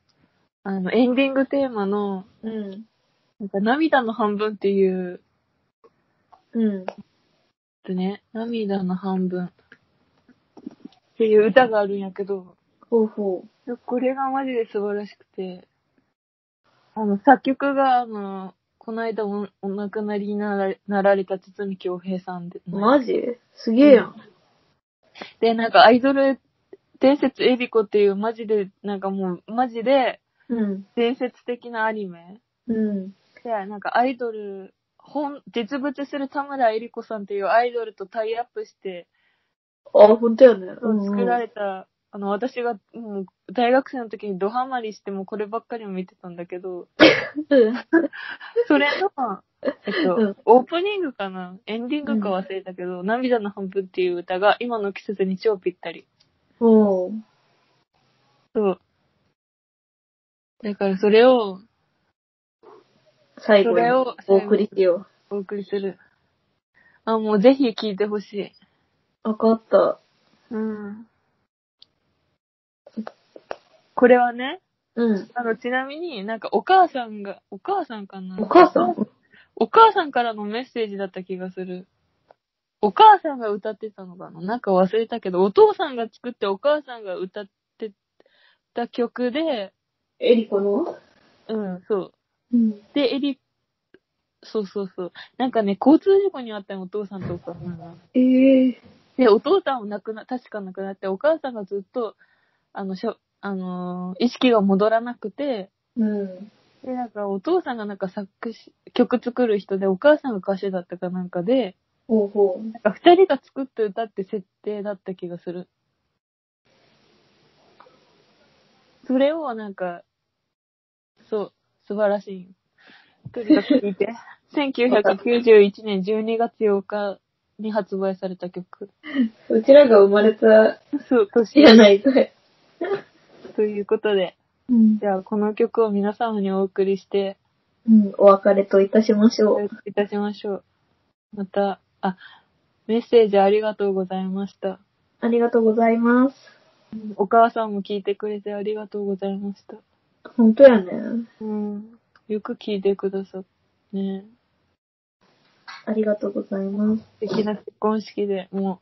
あの、エンディングテーマの、うん。なんか涙の半分っていう、うん。えっとね、涙の半分っていう歌があるんやけど、ほうほいやこれがマジで素晴らしくて、あの、作曲が、あの、この間おお亡くなりにならなられた堤京平さんで、う。マジすげえやん。で、なんかアイドル伝説エリコっていうマジで、なんかもう、マジでうん。伝説的なアニメうん。で、なんかアイドル、本、実物する田村エリコさんっていうアイドルとタイアップして、あ、ほんとやね。うん作られた、あの、私が、もう、大学生の時にドハマりして、もうこればっかりも見てたんだけ ど、うん。それの、えっと、うんオープニングかなエンディングか忘れたけど、涙の半分っていう歌が今の季節に超ぴったり。ほう。そう。だからそれを最後それにをお送りしよお送りする。あ、もうぜひ聴いてほしい。う。わかった。うん。これはね、うん。あの、ちなみになんかお母さんが、お母さんかなお母さんお母さんからのメッセージだった気がする。お母さんが歌ってたのかななんか忘れたけど、お父さんが作ってお母さんが歌ってた曲で、エリコのうん、そう。うん。で、エリ、そうそうそう。なんかね、交通事故にあったの、お父さんとお母さんが。ええで、お父さんを亡くな、確か亡くなって、お母さんがずっと、あの、しょ、あのー意識が戻らなくて、うん。で、なんかお父さんがなんか作詞、曲作る人で、お母さんが歌手だったかなんかで、ほうほなんか二人が作った歌って設定だった気がする。それをなんか、そう、素晴らしい。とにかく聞い て。1991年12月8日に発売された曲。うちらが生まれたそう、知年らないぐらい。ということで、うん。じゃあこの曲を皆様にお送りして、うん、お別れといたしましょう。いたしましょう。また、あ、メッセージありがとうございました。ありがとうございます。お母さんも聞いてくれてありがとうございました。本当やね。うん。よく聞いてくださって、ね。ありがとうございます。素敵な結婚式で、も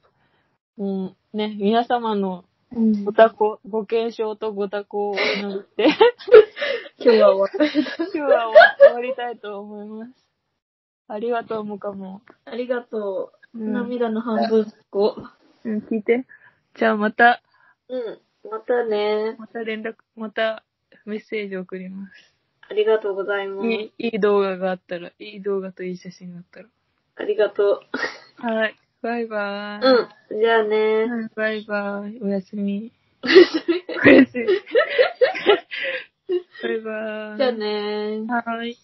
う、もうね、皆様のうん、ご多今幸、ご健勝とご多幸を祈って、日は終わりだ。今日は終わりたいと思います。ありがとうもかも。 ありがとう。うん涙の半分こ。うん、聞いて。じゃあまた、うん。またね。また連絡、またメッセージ送ります。ありがとうございます。いい、いい動画があったら、いい動画といい写真があったありがとら。はい。バイバう。ーイ。うん。じゃあね。うん。バイバイ。おやす み。おやすみ。バイバーイ。じゃあね。はーい。